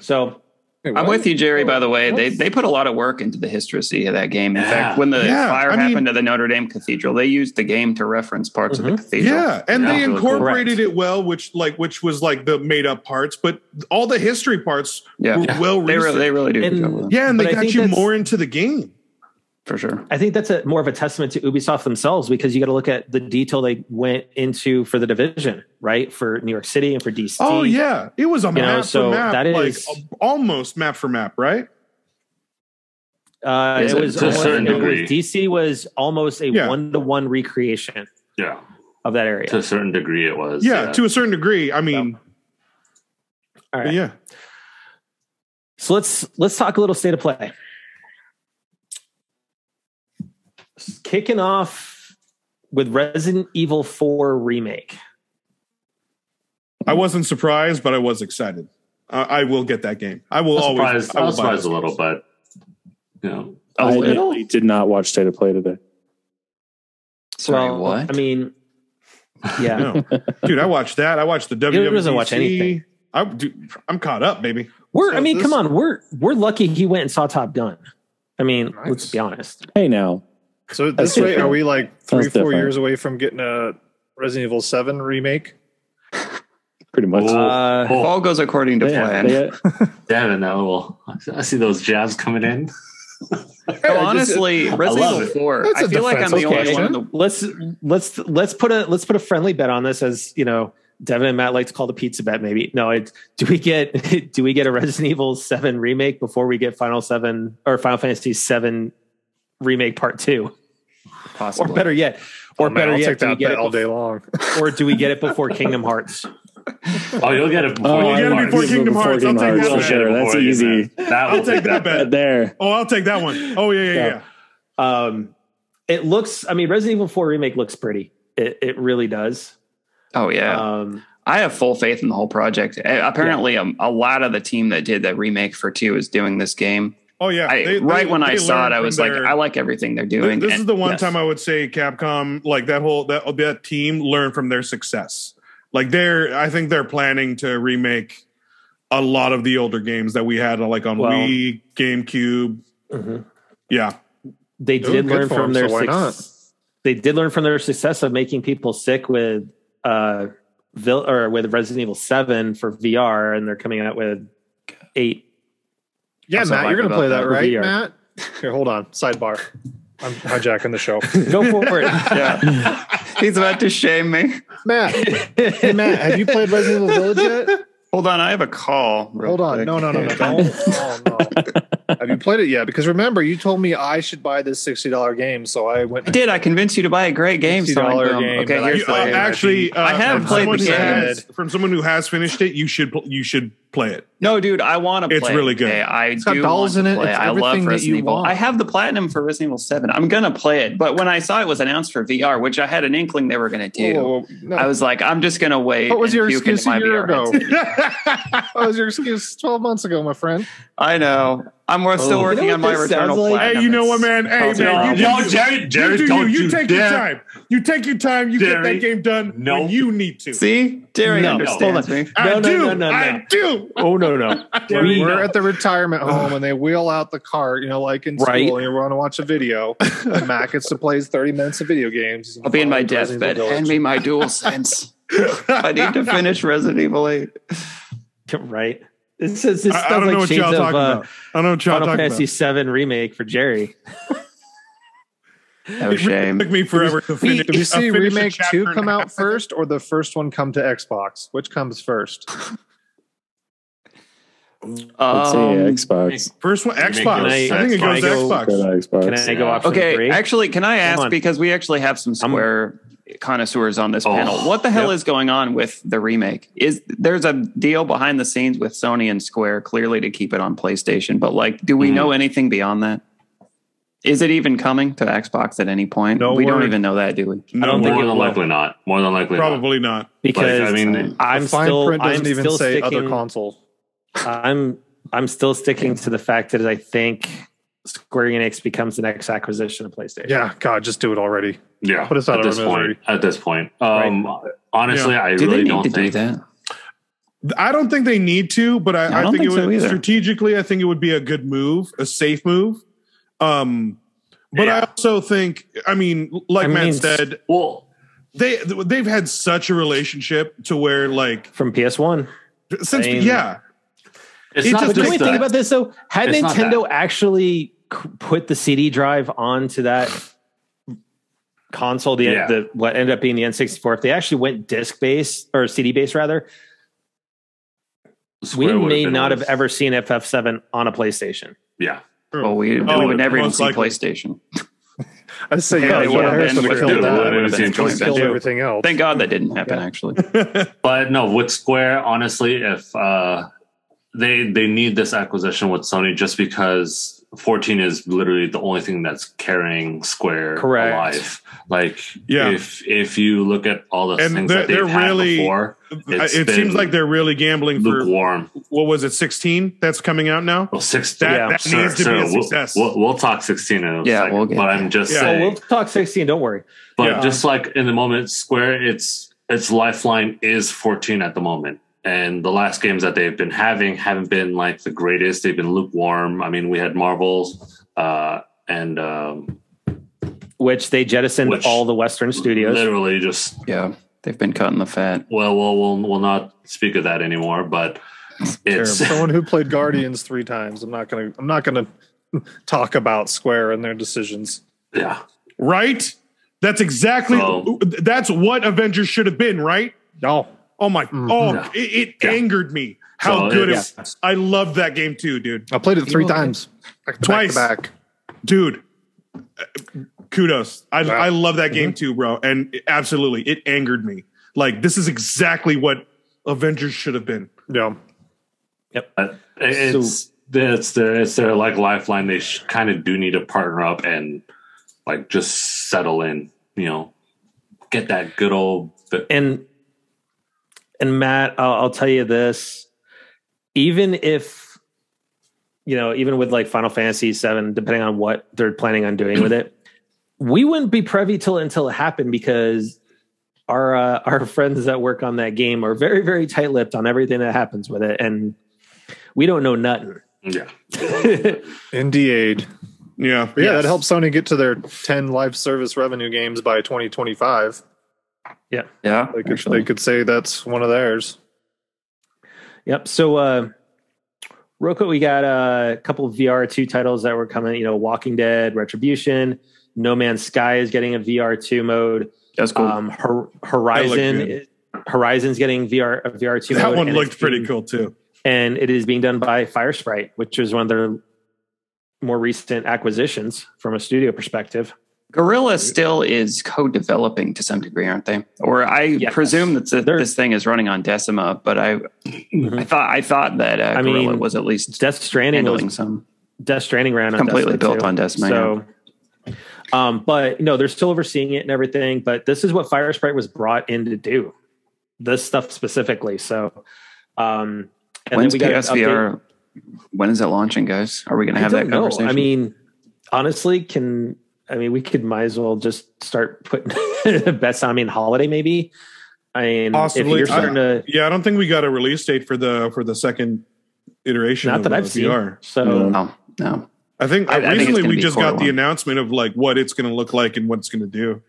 so Wait, I'm what? with you, Jerry. By the way, they What? they put a lot of work into the historicity of that game. In Yeah. fact, when the Yeah, fire I mean- happened to the Notre Dame Cathedral, they used the game to reference parts of Mhm. the cathedral. Yeah, and Yeah. they Really cool. incorporated it well, which like which was like the made up parts, but all the history parts yeah. were Yeah. well They really, researched. they really do a good And- job with it, yeah, and But they I got think you that's- more into the game. for sure. I think that's a more of a testament to Ubisoft themselves because you got to look at the detail they went into for the division, right? For New York City and for DC. Oh yeah, it was a know, map so for map, that like is- a- almost map for map, right? Uh, Is it it was to a almost, certain it was- degree? DC was almost a Yeah. one to one recreation Yeah, of that area. to a certain degree, it was. Yeah, to a certain degree. I mean, All but right. yeah, So let's let's talk a little state of play. Kicking off with Resident Evil 4 remake. I wasn't surprised, but I was excited. I, I will get that game. I will I was always. surprised, I I will was buy surprised those a little, games. but you know, A I little. literally did not watch State of Play today. Sorry, Well, what? I mean, yeah. No, dude, I watched that. I watched the WWE. doesn't watch anything. I, dude, I'm caught up, baby. We're So I mean, this- come on, we're we're lucky he went and saw Top Gun. I mean, Nice. let's be honest. Hey, now So at That's this rate, different. are we like three, That's four different. years away from getting a Resident Evil Seven remake? pretty much. Oh, Uh, If all goes according to Yeah, plan. they- damn it, that will. I see those jabs coming in. So honestly, Resident love Evil it. Four. That's I a feel like I'm the defensible only one in question. the. let's let's let's put a let's put a friendly bet on this as you know devin and matt like to call the pizza bet maybe no it do we get do we get a resident evil 7 remake before we get final 7 or final fantasy 7 remake part 2 or Possibly. better yet or Oh, man, better I'll yet take do we that get bet it all before, day long. or do we get it before kingdom hearts Oh, you'll get it before Oh, you I get it want before to Kingdom before Hearts. I'll Kingdom Hearts take that for bet. sure. That's Before you, easy. man. That I'll will take that bet. Right there. Oh, I'll take that one. Oh yeah, yeah, Yeah. yeah. um it looks i mean resident evil 4 remake looks pretty it, it really does oh yeah. um I have full faith in the whole project. A- Apparently, um, a lot of the team that did that remake for two is doing this game. Oh yeah. I, They- right they- when I they saw it, learned I from was like, their- I like everything they're doing. This is the one Yes. time I would say Capcom, like that whole that that team learned from their success. Like they're, I think they're planning to remake a lot of the older games that we had, like on Well- Wii, GameCube. mhm. Yeah, they Doing did good learn for from them, their so why suc- not? they did learn from their success of making people sick with uh vil- or with Resident Evil 7 for VR and they're coming out with 8 Yeah, I'm so Matt, you're hyped going to about play that, that. right, VR. Matt? Here, hold on. Sidebar. I'm hijacking the show. go for it Yeah. He's about to shame me. Matt, hey, Matt, have you played Resident Evil Village yet? Hold on, I have a call. real Hold on. quick. No, no, no, no. Don't. Oh, no. Have you played it yet? Because remember, you told me I should buy this $60 game, so I went I did. I convinced you to buy a great game. $60 Sonic Boom. game okay, that I- here's You, the uh, I- actually, uh, I have from played someone the who game. has- from someone who has finished it. You should pl- you should play it. No, dude, I want to. It's really good. I It's got do dolls want in to it. play. It's I love everything that Resident you Evil. want. I have the platinum for Resident Evil Seven. I'm gonna play it, but when I saw it was announced for VR, which I had an inkling they were gonna do, Whoa, whoa, whoa. No. I was like, I'm just gonna wait. What was and your puke into excuse a my year VR ago? headset. That was your excuse 12 months ago, my friend. I know. I'm we're still Oh. working You know on what my this Returnal sounds like? platinum. Hey, you know what, It's- man? Hey, Awesome. man, you, no, do- Jerry, you Jerry, do you. don't You take your dare. time. You take your time. You Jerry, get that game done no. when you need to. See, Jerry No, understands me. I No, no, do. no, no, I no. do. oh no no There We're, you we're go. at the retirement home and they wheel out the cart, you know, like in Right. school, and you want to watch a video. and Matt gets to play his 30 minutes of video games. I'll be in my Resident deathbed. Evil Hand Village. me my dual sense. I need to finish Resident Evil 8. right this is this I- I sounds don't know like what shades y'all of talking uh, about. I don't know what y'all Final talking Fantasy 7 remake for Jerry Oh, about. It really shame. took me forever to finish. Did you see uh, finish a remake chapter two and come a out half. first, or the first one come to Xbox? Which comes first? I'd say Um, Xbox. First one, Remake Xbox. goes I think Xbox. it goes Can I go- Xbox. Go to Xbox. can I go Yeah. option Okay, three actually, can I ask on. because we actually have some I'm- square connoisseurs on this Oh, panel. What the hell is going on with the remake? Is there's a deal behind the scenes with Sony and Square clearly to keep it on PlayStation, but like do we Mhm. know anything beyond that? Is it even coming to Xbox at any point? No we don't word. even know that, do we? I don't More think it than will likely not. More than likely not. Probably not. Like, because I mean, I'm the fine still print doesn't I'm even still say sticking other console. I'm I'm still sticking to the fact that I think Square Enix becomes the next acquisition of PlayStation. Yeah, God, just do it already. yeah. Put us out of at this our misery. point, at this point, um, honestly, I Do really they don't need to do think. that? I don't think they need to, but I I, I, don't think, think it so would either. strategically. I think it would be a good move, a safe move. Um, but I Yeah. also think, I mean, like I Matt mean, said, Well, they they've had such a relationship to where like From PS1. since I mean- yeah, it's It not just- But just can we that. think about this though? Had It's not Nintendo actually c- put the CD drive onto that console, the, Yeah. the what ended up being the N64, if they actually went disc based or CD based rather, Square we would've may been not worse. have ever seen FF7 on a PlayStation. Yeah. Well, we, we Oh, would never even most see likely. PlayStation. I say Yeah, yeah, they yeah, would've Harrison been with killed Doom. They that. would've been Joint joint venture. Killed everything else. Thank God that didn't happen, actually. But no, with Square, honestly, if uh, they they need this acquisition with Sony, just because 14 is literally the only thing that's carrying Square Correct. alive. Like, Yeah. if if you look at all the And things they're- that they've they're had really before, It's it seems been like they're really gambling for lukewarm. what was it, sixteen? That's coming out now. Well, 16. That, Yeah, that Sure, needs to sure. be a We'll- success. We'll, we'll talk 16 in a Yeah, second, we'll get but I'm just Yeah. Oh, saying. we'll talk 16, don't worry. but Yeah. just like in the moment, Square, its its lifeline is 14 at the moment, and the last games that they've been having haven't been like the greatest. They've been lukewarm. I mean, we had Marvels, uh, and um, Which they jettisoned Which- all the Western studios. literally just yeah, they've been cutting the fat. well, well, we'll we'll not speak of that anymore. But it's Someone who played Guardians three times. I'm not gonna. I'm not gonna talk about Square and their decisions. yeah. right? That's exactly So- that's what Avengers should have been, right? No, Oh my! Mhm. Oh, Yeah. it, it Yeah. angered me how So good it it's- was. I loved that game too, dude. I played it three will get- times. Back to Twice. Back. to back. Dude, uh, kudos. I Wow. I love that game too, bro. And it- absolutely, it angered me. Like this is exactly what Avengers should have been. Yeah. But it's it's their it's their like lifeline. They sh- kind of do need to partner up and like just settle in. You know, get that good old. and and Matt, I'll, I'll tell you this: even if you know, even with like Final Fantasy VII, depending on what they're planning on doing with it, we wouldn't be privy till until it happened because our uh, our friends that work on that game are very very tight lipped on everything that happens with it, and we don't know nothing. Yeah, Indeed. Yeah. But yeah, Yes. that helps Sony get to their ten live service revenue games by 2025. Yeah. They could actually. they could say that's one of theirs. Yep. So, uh, Roku, we got uh, a couple of VR2 titles that were coming, you know, Walking Dead, Retribution, No Man's Sky is getting a VR2 mode. That's cool. Um, Hor- Horizon, good. Horizon's getting VR, a VR2 That mode, one and it's looked pretty being- cool too. And it is being done by Firesprite, which is one of their more recent acquisitions from a studio perspective. Gorilla still is co-developing to some degree, aren't they? Or I Yes. presume that th- They're- Mm-hmm. this thing is running on Decima, but I, I thought I thought that uh, I Gorilla mean, was at least Death Stranding was handling some Death Stranding ran on completely Decima, built too. on Decima. yeah. So, um, but no, they're still overseeing it and everything. But this is what FireSprite was brought in to do, this stuff specifically. So, um, and When's then we got an update- PSVR? When is it launching, guys? Are we going to I have that don't know. conversation? I mean, honestly, can I mean we could might as well just start putting bets on I mean holiday maybe. I mean, Possibly. if you're starting to Yeah, I don't think we got a release date for the for the second iteration. not of that uh, I've seen, VR. so Yeah. no, Oh, no. I think I- I uh, think it's recently gonna we be just quarter got the one. announcement of like what it's going to look like and what it's going to do.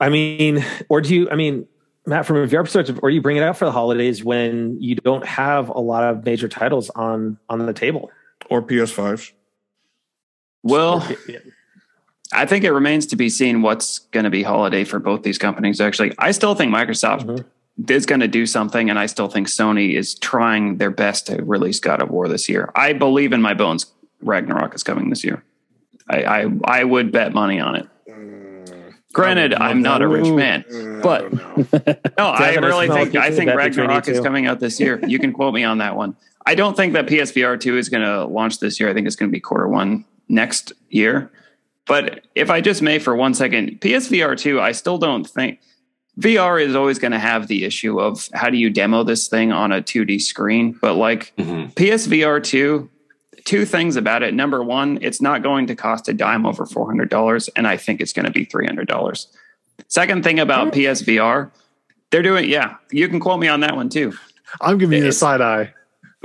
I mean, or do you? I mean, Matt, from a VR perspective, or you bring it out for the holidays when you don't have a lot of major titles on on the table. Or PS5s. Well, Yeah. I think it remains to be seen what's going to be holiday for both these companies. Actually, I still think Microsoft Mhm. is going to do something, and I still think Sony is trying their best to release God of War this year. I believe in my bones. Ragnarok is coming this year. I I, I would bet money on it. Granted, I'm not a rich man, Uh, Mm. but no, I Devin, I really smell a think I pizza think bet between you Ragnarok is two. coming out this year. You can quote me on that one. I don't think that PSVR two is going to launch this year. I think it's going to be quarter one next year. But if I just may for one second, PSVR two, I still don't think VR is always going to have the issue of how do you demo this thing on a 2D screen. But like Mhm. PSVR two, two things about it. Number one, it's not going to cost a dime over four hundred dollars, and I think it's going to be three hundred dollars. Second thing about PSVR, they're doing yeah. You can quote me on that one too. I'm giving you the It's- side eye.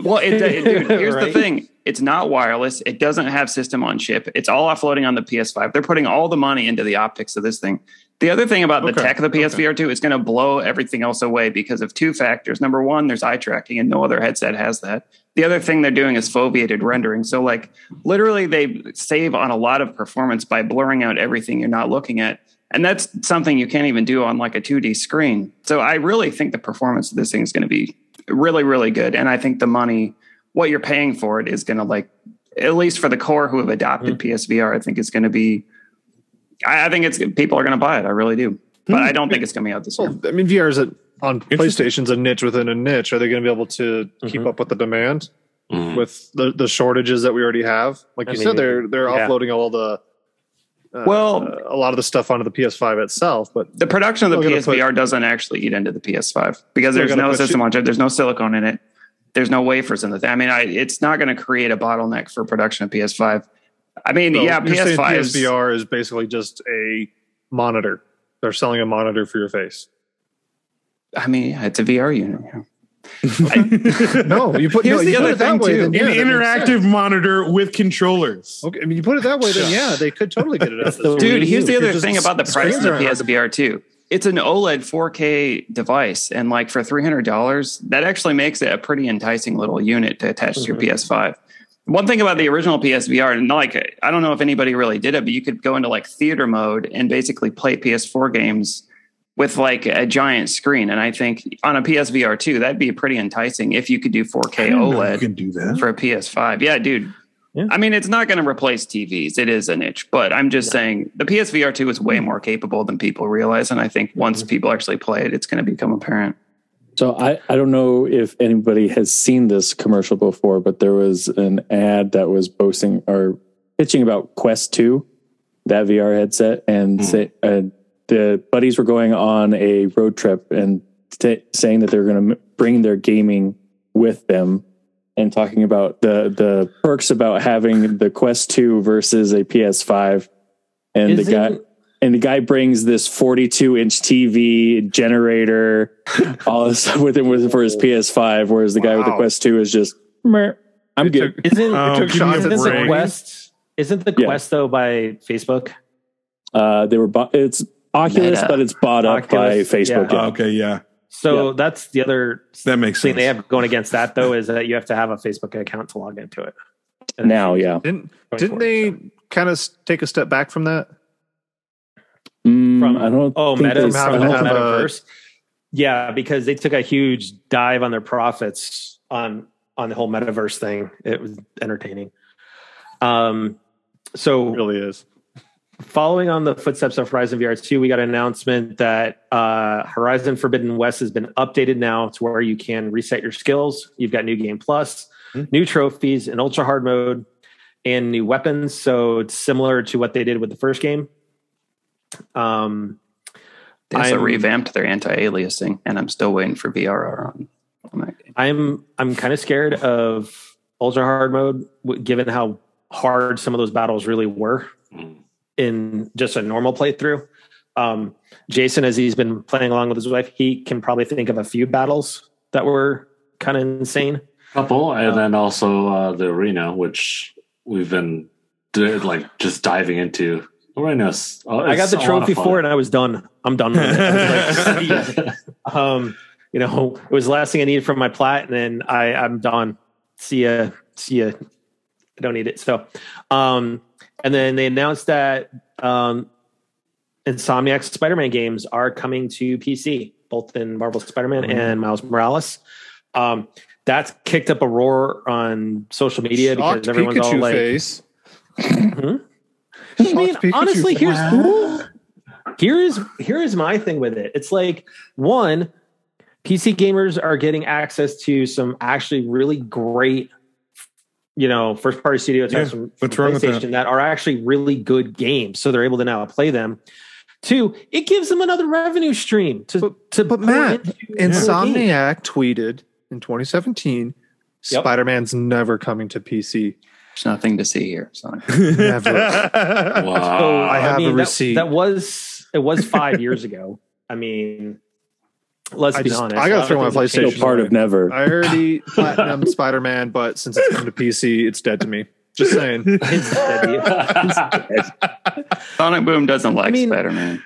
Well, it, it- dude, here's Right. the thing: it's not wireless. It doesn't have system on chip. It's all offloading on the PS5. They're putting all the money into the optics of this thing. The other thing about the Okay, tech of the PSVR two, it's going to blow everything else away because of two factors. Number one, there's eye tracking, and no other headset has that. The other thing they're doing is foveated rendering. So, like, literally, they save on a lot of performance by blurring out everything you're not looking at. And that's something you can't even do on like a 2D screen. So I really think the performance of this thing is going to be really, really good. And I think the money, what you're paying for it, is going to like, at least for the core who have Mm. adopted PSVR, I think it's going to be. I, I think it's people are going to buy it. I really do, but Mm. I don't think it's coming out this year. Well, I mean, VR is a, on Interesting. PlayStation's a niche within a niche. Are they going to be able to keep Mhm. up with the demand Mhm. with the, the shortages that we already have? Like I you mean, said, they're they're yeah. offloading all the uh, Well- a lot of the stuff onto the PS5 itself, but The production of the They're gonna put- PSVR doesn't actually eat into the PS5 because They're there's gonna no put system on chip. There's no silicone in it. There's no wafers in the thing. I mean, I, it's not going to create a bottleneck for production of PS5. I mean, so yeah, you're saying PS5 is- PSVR is basically just a monitor. They're selling a monitor for your face. I mean, it's a VR unit. yeah. No, you put Here's no, the you put other it that thing, way. Then, too. yeah, An that makes interactive sense. monitor with controllers. Okay, I mean, you put it that way, then yeah, they could totally get it out. That's this the way. Dude, Wii here's U, the if other you're thing just- about the price of screens aren't the hard to- PSVR 2. It's an E OLED 4K device, and like for $300, that actually makes it a pretty enticing little unit to attach to your Mhm. Mm-hmm. PS5. One thing about the original PSVR, and like I don't know if anybody really did it, but you could go into like theater mode and basically play PS4 games with like a giant screen. And I think on a PSVR 2, that'd be pretty enticing if you could do 4K OLED Hmm, can do that. for a PS5. Yeah, dude. Yeah. I mean, it's not going to replace TVs. It is a niche, but I'm just saying the PSVR 2 is way more capable than people realize. And I think once people actually play it, it's going to become apparent. So I, I don't know if anybody has seen this commercial before, but there was an ad that was boasting or pitching about Quest 2, that VR headset, and Hmm. say, uh, the buddies were going on a road trip and t- saying that they're going to bring their gaming with them and talking about the, the perks about having the Quest 2 versus a PS5. And the guy Isn't- and the guy brings this 42 inch TV generator, all this stuff with him with, for his PS5, whereas the guy with the Wow. Quest 2 is just, "Meh, I'm It good. took- Isn't Oh, took give me shots a at isn't Sony. break. Quest Isn't the Yeah. Quest though by Facebook? Uh, they were bought. It's Oculus, Meta. but it's bought up Oculus, by Facebook. Oh, okay, yeah, So that's the other that makes thing sense. they have going against that though is that you have to have a Facebook account to log into it. And Now, yeah. Didn't going didn't forward, they kind of take a step back from that? Mm, From- I don't. Oh, think Meta, they- from From having I to don't the have think- a- metaverse. yeah, because they took a huge dive on their profits on on the whole metaverse thing. It was entertaining. Um, so It really is. following on the footsteps of Horizon VR 2, we got an announcement that uh, Horizon Forbidden West has been updated now to where you can reset your skills. You've got new game plus, new trophies, an ultra hard mode, and new weapons. So it's similar to what they did with the first game. Um, They also I'm- revamped their anti-aliasing, and I'm still waiting for VRR on, on that game. I'm I'm kind of scared of ultra hard mode, w- given how hard some of those battles really were. Mm. in just a normal playthrough. Um, Jason, as he's been playing along with his wife, he can probably think of a few battles that were kind of insane. couple, and Um, then also uh, the arena, which we've been d- like just diving into. Arena's. oh, I got it's the a lot of trophy for it, and I was done. I'm done with it. I was like, fun. "See ya." um, you know, it was the last thing I needed from my plat, and then I, I'm done. See ya, see ya. I don't need it. So, um, and then they announced that um, Insomniac Spider-Man games are coming to PC, both in Marvel Spider-Man Mm-hmm. and Miles Morales. Um, that's kicked up a roar on social media Shocked because everyone's all Pikachu like, face. I mean, Shocked Pikachu honestly, fan. here's here is here is my thing with it. It's like one, PC gamers are getting access to some actually really great, you know, first party studio Yeah, types from, what's from wrong with PlayStation that? that are actually really good games, so they're able to now play them. Two, it gives them another revenue stream to to but pour Matt, into their game. Insomniac tweeted in 2017, Yep. Spider-Man's never coming to PC. There's nothing to see here. So Never. wow. So, I have a Uh, mean, that- receipt. That, was it was five years ago. I mean, let's I be just- honest. I a gotta lot of throw my things have Still changed. PlayStation part away. of never. I already platinum Spider-Man, but since it's come to PC, it's dead to me. Just saying. It's dead to you. Sonic Boom doesn't like mean, Spider-Man.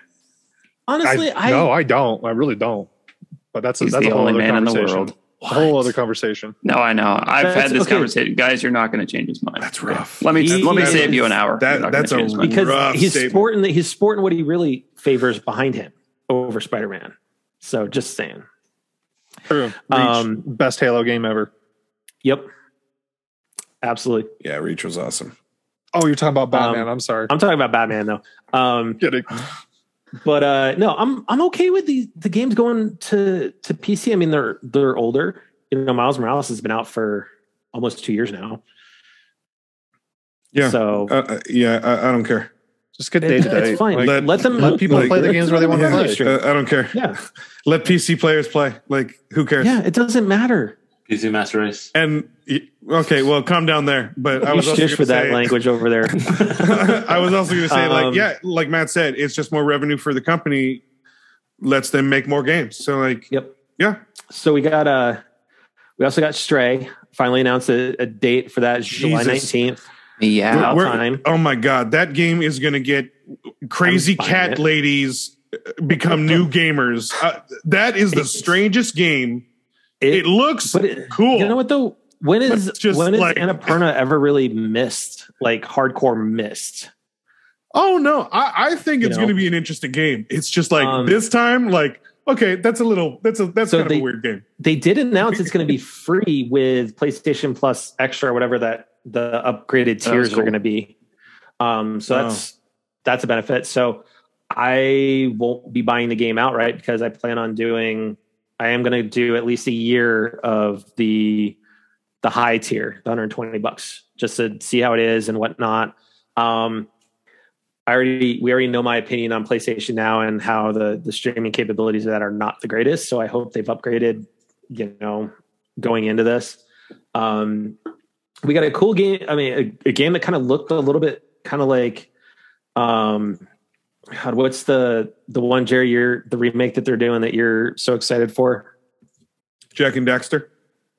Honestly, I, no, I don't. I really don't. But that's a, He's that's the a whole only other man in the conversation. world. A whole other conversation. No, I know. I've That's- had this okay. conversation, guys. You're not going to change his mind. That's rough. Let me He- let me he save is- you an hour. that- You're not gonna that's a- change his mind. because Rough he's statement. sporting that he's sporting what he really favors behind him over Spider-Man. So just saying. True. Reach, Um, best Halo game ever. Yep. Absolutely. yeah, Reach was awesome. Oh, you're talking about Batman. Um, I'm sorry. I'm talking about Batman though. Um, kidding. but uh, no, I'm I'm okay with the the games going to to PC. I mean, they're they're older. You know, Miles Morales has been out for almost two years now. Yeah, So uh, uh, yeah, I, I don't care. Just get it- day to day. it's fine. Like, let- let them let people like, play the let games them where they wanna have a play. history. Uh, I don't care. Yeah, Let PC players play. Like, who cares? yeah, it doesn't matter. PC Master Race. And y- okay, well, calm down there. But I you was also shush gonna with that say- language over there. I was also going to say, like, Um, yeah, like Matt said, it's just more revenue for the company. Lets them make more games. So, like, Yep. yeah, so we got uh we also got Stray finally announced a, a date for that is July Jesus. nineteenth. Yeah, About We're- time. oh my god, that game is going to get crazy I'm buying cat it. ladies uh, become new gamers. Uh, that is the strangest game. It, looks but it- cool. You know what though? When is But just when is like- Annapurna ever really missed? Like hardcore missed. Oh no, I, I think You it's know? going to be an interesting game. It's just like Um, this time, like okay, that's a little that's a that's So kind of they- a weird game. They did announce it's gonna be free with PlayStation Plus Extra or whatever that the upgraded That was tiers are cool. gonna be. Um so Oh. that's that's a benefit. So I won't be buying the game outright because I plan on doing I am going to do at least a year of the the high tier, the 120 bucks, just to see how it is and whatnot. Um, I already we already know my opinion on PlayStation now and how the the streaming capabilities of that are not the greatest. So I hope they've upgraded, you know, going into this. Um, we got a cool game. I mean, a, a game that kind of looked a little bit kind of like, um, God, what's the the one Jerry? You're the remake that they're doing that you're so excited for. Jack and Daxter.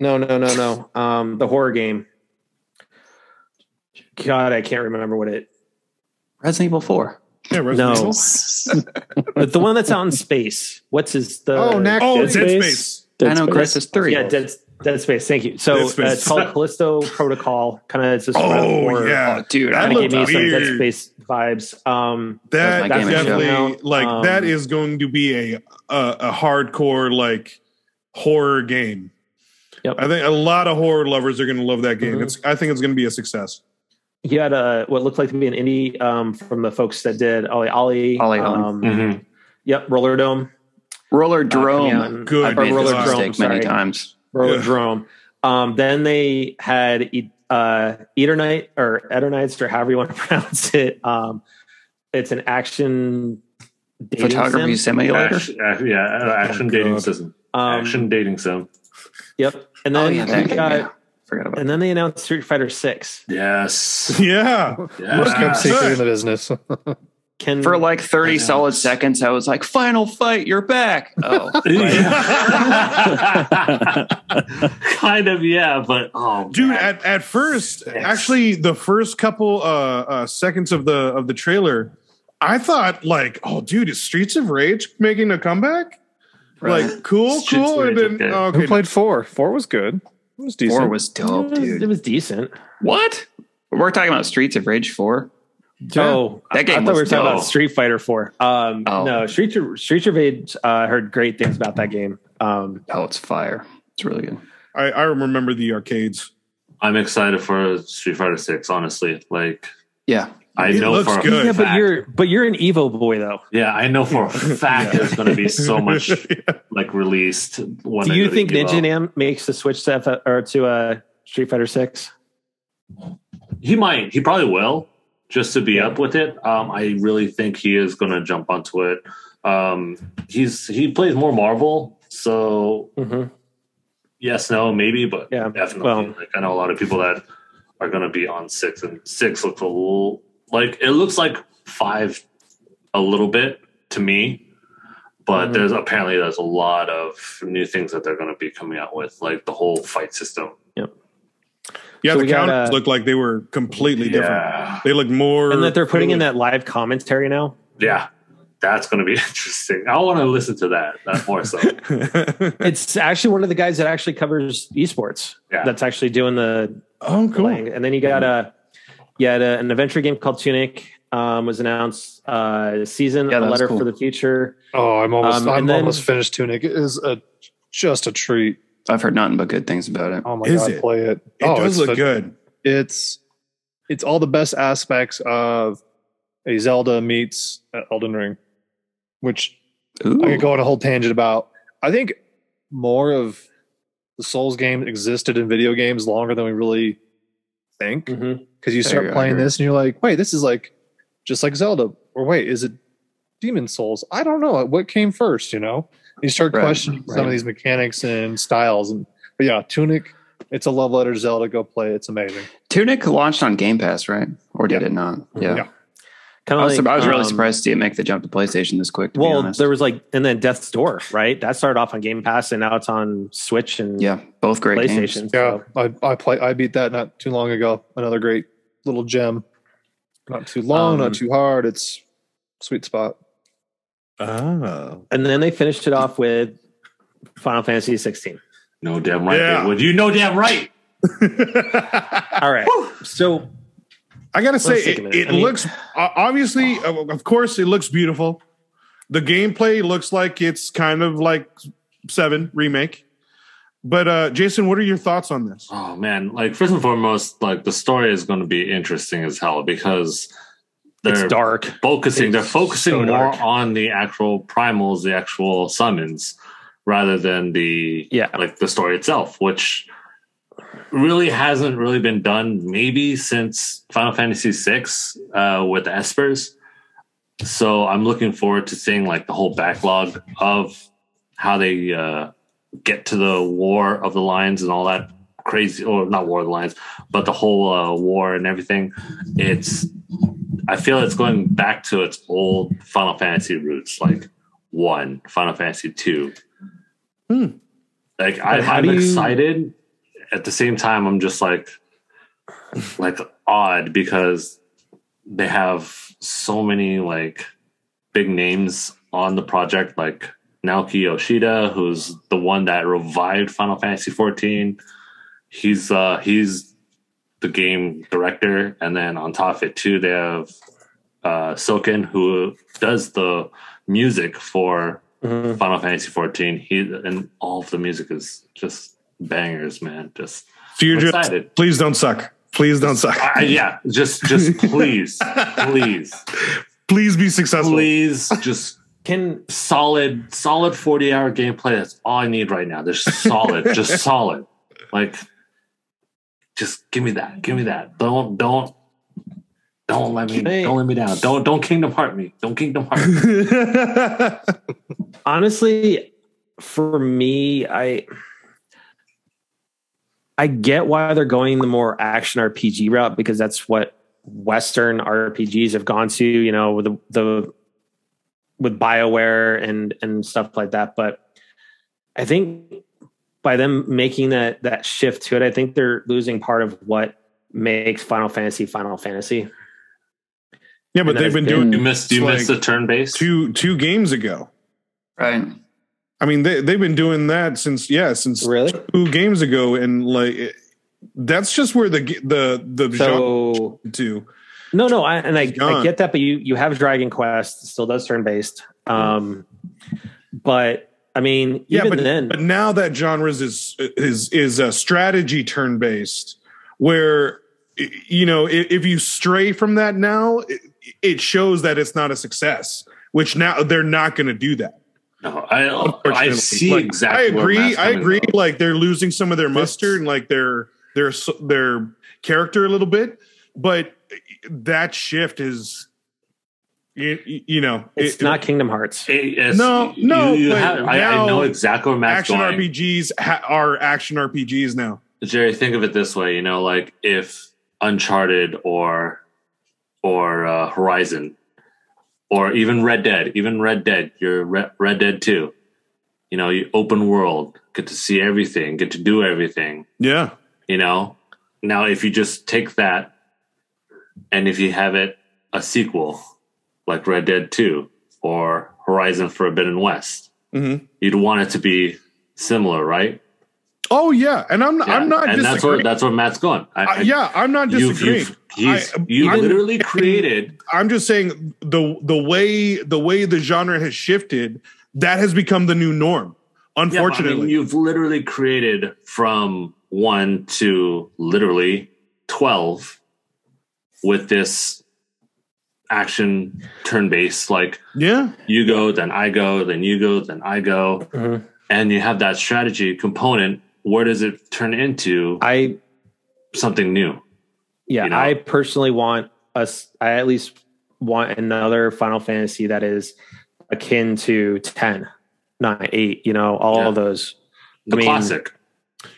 No, no, no, no. Um, the horror game. God, I can't remember what it. Resident Evil Four. Yeah, Resident No. Evil. But the one that's out in space. What's his? The, Oh, next. Oh, Dead Dead Space. Space? I know Chris is three. Yeah, Dead, Dead Space. Thank you. So Dead uh, Space. it's called Callisto Protocol. Kind of, it's this Oh horror- yeah, Oh, dude, That I kind of gave love me looks that. some Dead weird. Space vibes. Um, that That was my game that's of the show. definitely like Um, that is going to be a a, a hardcore like horror game. Yep. I think a lot of horror lovers are going to love that game. Mm-hmm. Mhm. It's I think it's going to be a success. he had a what looked like to be an indie um, from the folks that did Ollie Ollie. Ollie Ollie. um, Mm-hmm. Mhm. Yep, Roller Dome. Roller uh, coming out Drome. in- Good I've made Roller this Drome, mistake many sorry. times. Roller Yeah. Drome. Um, then they had E- uh, Eater Night or Eternites or however you want to pronounce it. Um, it's an action dating Photography sim. simulator. Action, ac- yeah, uh, action dating God. sim. Oh, Um, action dating sim. Yep. And then Oh yeah, he that game. got- Yeah. Forgot about. and then they announced Street Fighter Six. Yes. Yeah, Kept yes. secret in the business. Can it. For like I 30 know. solid seconds, I was like, "Final fight, you're back!" Oh, kind of, yeah, but oh, dude. man. At at first, Yes. actually, the first couple uh, uh, seconds of the of the trailer, I thought like, oh, dude, is Streets of Rage making a comeback? Right. Like, cool, Streets of cool, and Rage, then okay. oh, okay, Who played four? Four was good. It was decent. four was dope, it, was, it dude. was decent. What? We're talking about Streets of Rage Four. Oh, That I- game I, thought was we were talking dope. about Street Fighter Four. Um, Oh. No, Street of- Street of Rage. uh, I heard great things about that game. Um, Oh, it's fire. It's really good. I, I remember the arcades. I'm excited for Street Fighter Six. Honestly, like Yeah, I It know looks for a good. yeah, fact, but you're but you're an Evo boy though. yeah, I know for a fact there's going to be so much like released. When Do I you go to think Evo. Ninja Nam makes the switch to F- or to uh, Street Fighter Six? He might. He probably will. Just to be up with it, um, I really think he is going to jump onto it. Um, he's he plays more Marvel, so Mm-hmm. yes, no, maybe, but Yeah, definitely. well- like, I know a lot of people that are going to be on six, and six looks a little like it looks like five a little bit to me. But Mhm. there's apparently there's a lot of new things that they're going to be coming out with, like the whole fight system. Yeah, So the we got, counters uh, looked like they were completely different. Yeah, They looked more And that they're putting in that live commentary now. yeah, that's going to be interesting. I want to listen to that that more so. that. It's actually one of the guys that actually covers esports. Yeah. That's actually doing the oh, cool. playing. And then you got a you had a, an adventure game called Tunic um, was announced. Uh, season Yeah, that a was letter cool. for the future. Oh, I'm almost Um, I'm and then- almost finished Tunic. It is a just a treat. I've heard nothing but good things about it. Oh my Is god, it? play it. It oh, does it's look phen- good. It's it's all the best aspects of a Zelda meets uh, Elden Ring, which Ooh. I could go on a whole tangent about. I think more of the Souls game existed in video games longer than we really think. Because Mhm. you Mm-hmm. There start you go, I playing agree. this and you're like, wait, this is like just like Zelda. Or wait, is it Demon Souls? I don't know. What came first, you know? You start Right, questioning some right. of these mechanics and styles and but yeah, Tunic, it's a love letter to Zelda. Go play. it. It's amazing. Tunic launched on Game Pass, right? Or did Yeah. it not? Yeah. Yeah. Kind I, was, I was really um, surprised to see it make the jump to PlayStation this quick. To be Well, honest. there was like, and then Death's Door, right? That started off on Game Pass, and now it's on Switch and yeah, both great games. PlayStation. Yeah, so- I, I play. I beat that not too long ago. Another great little gem. Not too long, Um, not too hard. It's sweet spot. Oh. And then they finished it off with Final Fantasy 16. No damn right Yeah. they would. You know damn right. I All right. So gotta say, take it, a minute. it I mean- looks o- obviously, of of course, it looks beautiful. The gameplay looks like it's kind of like Seven remake. But uh, Jason, what are your thoughts on this? Oh man, like first and foremost, like the story is going to be interesting as hell because it's they're dark. focusing. they're It's focusing so more dark. on the actual primals, the actual summons, rather than the Yeah. like the story itself, which really hasn't really been done maybe since Final Fantasy VI uh, with the Espers. So I'm looking forward to seeing like the whole backlog of how they uh, get to the War of the Lions and all that crazy, or not War of the Lions, but the whole uh, war and everything. It's I feel it's going back to its old Final Fantasy roots, like one, Final Fantasy two. Hmm. Like I, But how I'm do you- excited. At the same time, I'm just like, like odd because they have so many like big names on the project, like Naoki Yoshida, who's the one that revived Final Fantasy XIV. He's uh he's the game director, and then on top of it too, they have uh Soken who does the music for Mhm. Final Fantasy XIV. He and all of the music is just bangers, man. Just I'm Future, excited. please don't suck. Please don't suck. I, I- yeah, just just please, please, please be successful. please, just Can solid, solid forty hour gameplay. That's all I need right now. Just solid, just solid. Like, just give me that. Give me that. Don't don't don't let me Hey. don't let me down. Don't don't Kingdom Heart me. Don't Kingdom Heart. me. honestly for me i i get why they're going the more action rpg route because that's what western rpgs have gone to you know with the, the with bioware and and stuff like that but i think by them making that that shift to it i think they're losing part of what makes final fantasy final fantasy yeah, but And they've that's been been- doing You missed you It's missed like the turn base. two two games ago. Right. I mean, they they've been doing that since yeah, since Really? two games ago, and like it- that's just where the ge- the the genre so to No, no, I, and I, I Gone. get that, but you you have Dragon Quest, it still does turn based. Um, but I mean, yeah, even but then, but now that genres is is is a strategy turn based where y- you know if, if you stray from that now, it, it shows that it's not a success. Which now they're not going to do that. No, I I unfortunately. see Like, exactly. I where agree. Matt's I coming agree. from. Like they're losing some of their mustard and like their their s- their character a little bit, but that shift is, you, you know, it's it- not Kingdom Hearts. It- it's- No, no, you- you but have- I, I now know exactly where Matt's action going. RPGs ha- are action RPGs now. Jerry, think of it this way, you know, like if Uncharted or or uh, Horizon or even Red Dead, even Red Dead, you're Re- Red Dead 2. You know, you open world, get to see everything, get to do everything, Yeah, you know. Now if you just take that and if you have it a sequel like Red Dead 2 or Horizon Forbidden West, Mhm. you'd want it to be similar, right? Oh yeah, and I'm Yeah. I'm not and that's where disagreeing. that's where Matt's going. I- Uh, I- yeah, I'm not you've, disagreeing. you've he's, I- you I'm- literally created I'm just saying the the way the way the genre has shifted, that has become the new norm. Yeah, but I mean, Unfortunately, you've literally created from one to literally 12 with this action turn based like yeah, you go then i go then you go then i go Mm-hmm. Mhm. and you have that strategy component where does it turn into I something new yeah, you know? I personally want us. I at least want another Final Fantasy that is akin to 10, 9, 8, You know, all Yeah. of those I the mean, classic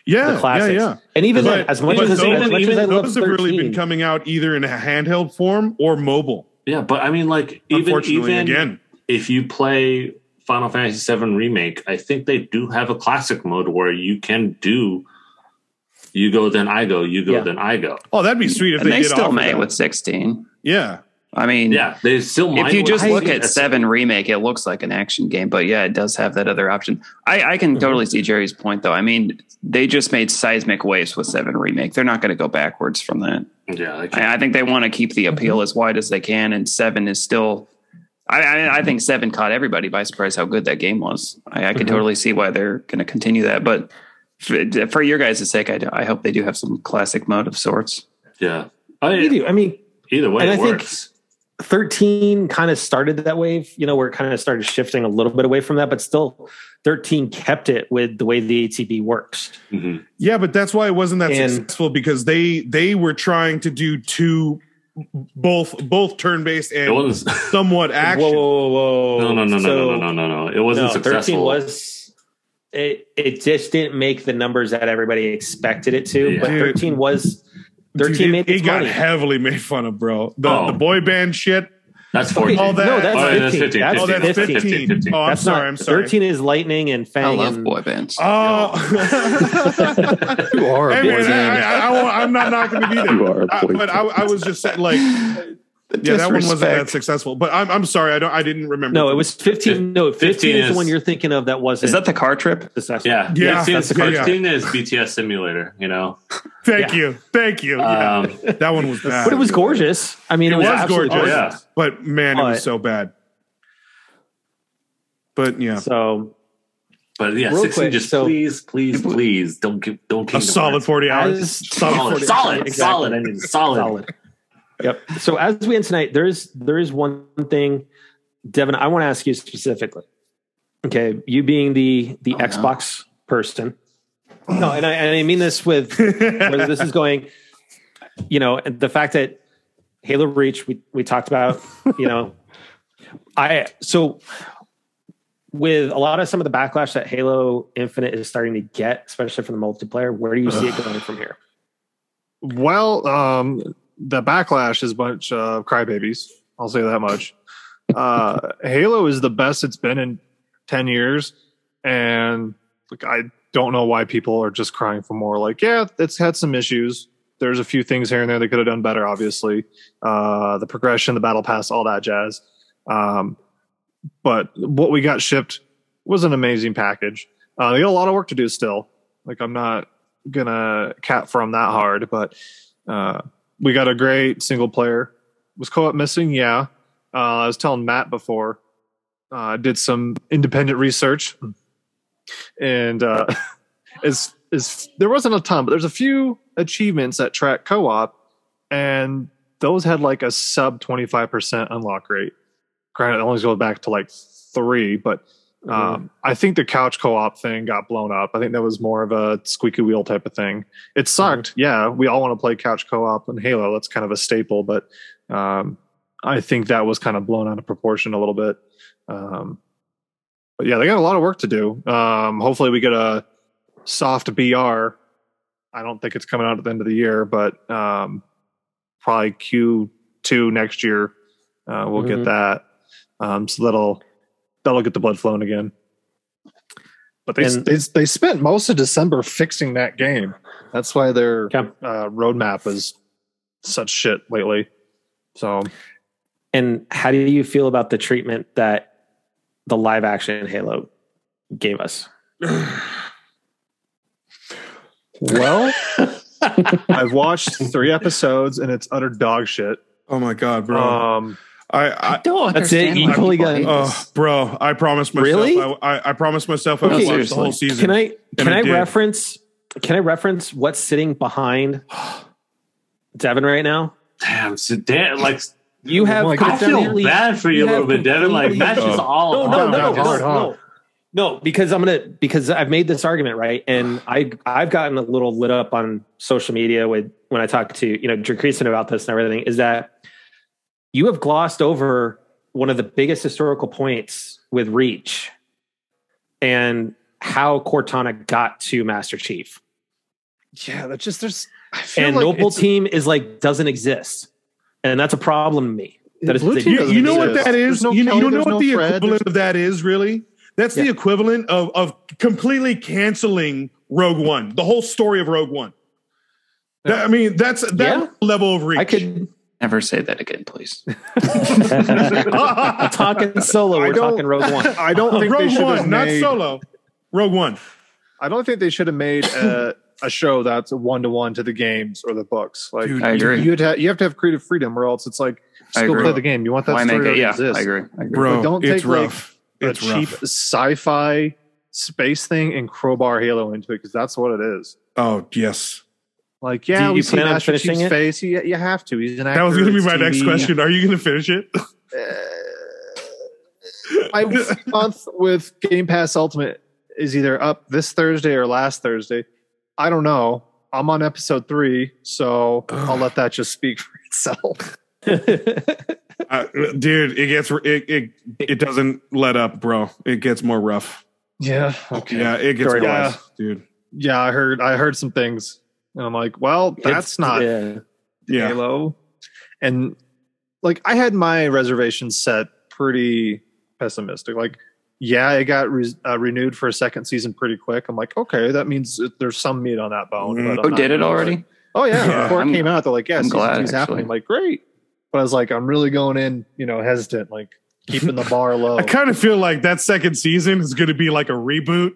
yeah, the classics, yeah, yeah. and even But- then, as much but as, those- as much as even I love Those have really been 13, coming out either in a handheld form or mobile. yeah but i mean like even unfortunately, even again, if you play Final Fantasy VII Remake, I think they do have a classic mode where you can do you go then I go, you go Yeah. then I go. oh, that'd be sweet if and they, they, did still offer may that. with 16. yeah, I mean, Yeah, they still. if might you with just it. look at It's- seven remake it looks like an action game but yeah it does have that other option i, I Mm-hmm. can totally see jerry's point though i mean they just made seismic waves with seven remake they're not going to go backwards from that yeah, like, i, I think they want to keep the appeal Mm-hmm. as wide as they can and seven is still I, I, I think seven caught everybody by surprise how good that game was i, I could Mhm. Mm-hmm. totally see why they're going to continue that but for, for your guys' sake I, do- I hope they do have some classic mode of sorts Oh, yeah. I, you do. I mean, either way, and I it think- works. 13 kind of started that wave, you know, where it kind of started shifting a little bit away from that, but still 13 kept it with the way the ATB works. Mhm. yeah, but that's why it wasn't that And- successful because they they were trying to do two, both both turn based It and wasn't. somewhat action. whoa, whoa. No, no, no, no, no, no, no, no, no. It wasn't successful. 13 was it it just didn't make the numbers that everybody expected it to, Yeah. but Dude. 13 was 13 Dude, made it, it its got money. heavily made fun of, bro. The Oh. the boy band shit. That's 14. All that- no, oh, that's 15. yeah, that's 15. That's oh, that's 15. 15. Oh, I'm That's sorry. not- I'm sorry. 13 is Lightning and I Fang. love and- Oh, boy bands. Oh. You are Hey, man, a boy I, band. I, I, won't- I'm not knocking it either. You are a I, boy but I, I was just saying, like, yeah, that one wasn't that successful. But I'm, I'm sorry, I don't, I didn't remember. No, it was 15. No, 15, is, the is- one you're thinking of that wasn't. Is that the car trip? successful. Yeah, Yeah, yeah. 15, that's a good- yeah. 15 is BTS Simulator. You know, Thank you, thank you. Oh, Yeah. um, that one was bad. But it was gorgeous. I mean, it, It was, was absolutely oh gorgeous. gorgeous. yeah, But man, it But- was so bad. But yeah, So but yeah, Real sixteen. quick, just so- please, please, please, don't give, don't a Kingdom solid Hearts. 40 hours. as solid, 40 solid, Exactly. solid. I mean, solid. solid. Yep. So as we end tonight, there is there is one thing, Devin. I want to ask you specifically. Okay, you being the the Oh, no. Xbox person. No, and I and I mean this with whether this is going, you know, and the fact that Halo Reach we we talked about, you know, I so with a lot of some of the backlash that Halo Infinite is starting to get, especially from the multiplayer, where do you see it going from here? Well, um, the backlash is a bunch of crybabies. I'll say that much. Uh, Halo is the best it's been in ten years, and like I don't know why people are just crying for more. Like, yeah, it's had some issues. There's a few things here and there they could have done better. Obviously, uh, the progression, the battle pass, all that jazz. Um, but what we got shipped was an amazing package. Uh, they got a lot of work to do still. Like, I'm not gonna cat from that hard, but uh, we got a great single player. Was co-op missing? Yeah. Uh, I was telling Matt before. Uh, did some independent research, and uh, is is there wasn't a ton, but there's a few achievements that track co-op, and those had like a sub twenty five percent unlock rate. Granted, it only goes back to like three, but um, I think the couch co-op thing got blown up. I think that was more of a squeaky wheel type of thing. It sucked. Yeah, we all want to play couch co-op in Halo. That's kind of a staple, but um, I think that was kind of blown out of proportion a little bit. Um, but yeah, they got a lot of work to do. Um, hopefully, we get a soft BR. I don't think it's coming out at the end of the year, but um, probably Q2 next year. Uh, we'll Mhm. get that. Um, so that'll that'll get the blood flowing again. But they, And- they they spent most of December fixing that game. That's why their Okay. uh, roadmap is such shit lately. So And how do you feel about the treatment that the live action Halo gave us? well, I've watched three episodes and it's utter dog shit. Oh my god, bro! Um, I, I, don't That's it. You totally got- oh, bro, I promised myself. Really? I, I, I promised myself I would Okay. watch the whole Seriously. season. Can I can And I I, did. reference can I reference what's sitting behind Devin right now? Damn, so damn, like You have Like, Oh I feel completely- bad for you you a little have bit, Devin. Like completely- that's just Oh. all. no, no, all- no, no, hard, no, hard, no, no, because I'm gonna because I've made this argument right, and I I've gotten a little lit up on social media with when I talk to you know Jacreason about this and everything is that you have glossed over one of the biggest historical points with Reach and how Cortana got to Master Chief yeah, that's just there's. I feel and like Noble it's- Team is like doesn't exist, and that's a problem to me. That is Blue big. Team You, doesn't you know what exist. that is? There's no you, know, Kelly, you know there's what no the Fred, equivalent of that is, really? That's the Yeah. equivalent of, of completely canceling Rogue One, the whole story of Rogue One. That- I mean, that's that Yeah. level of reach. I could Never say that again, please. I'm talking solo. I Oh, We're don't- talking Rogue One. I don't think they Rogue should have One, not made. solo. Rogue One. I don't think they should have made a, a show that's one to one to the games or the books. Like Dude, I agree. you have, you have to have creative freedom, or else it's like I still agree. play the game. You want that Why story make it? to Yeah, exist. I agree. I agree. Bro, But don't it's take, like, rough. a it's cheap rough. sci-fi space thing and crowbar Halo into it because that's what it is. Oh, yes. Like, yeah, Do you we see plan on Master finishing Chief's it? face. You, you have to. He's an actor. That was going to be it's my next TV. question. Are you going to finish it? Uh, my month with Game Pass Ultimate is either up this Thursday or last Thursday. I don't know. I'm on episode three, so I'll let that just speak for itself. Uh, dude, it gets it, it it doesn't let up, bro. It gets more rough. Yeah. Okay. Yeah, it gets Story-wise. worse, dude. Yeah, I heard. I heard some things, and I'm like, well, that's It's- not yeah. Yeah. Halo. And like I had my reservations set pretty pessimistic. Like, yeah, it got re- uh, renewed for a second season pretty quick. I'm like, okay, that means that there's some meat on that bone. Mhm. But I'm Oh, not did it really- already? Oh yeah, Yeah. before it I'm- came out, they're like, yeah, I'm season glad, two's happening. actually. I'm like, great. But I was like, I'm really going in, you know, hesitant, like keeping the bar low. Oh. I kind of feel like that second season is going to be like a reboot,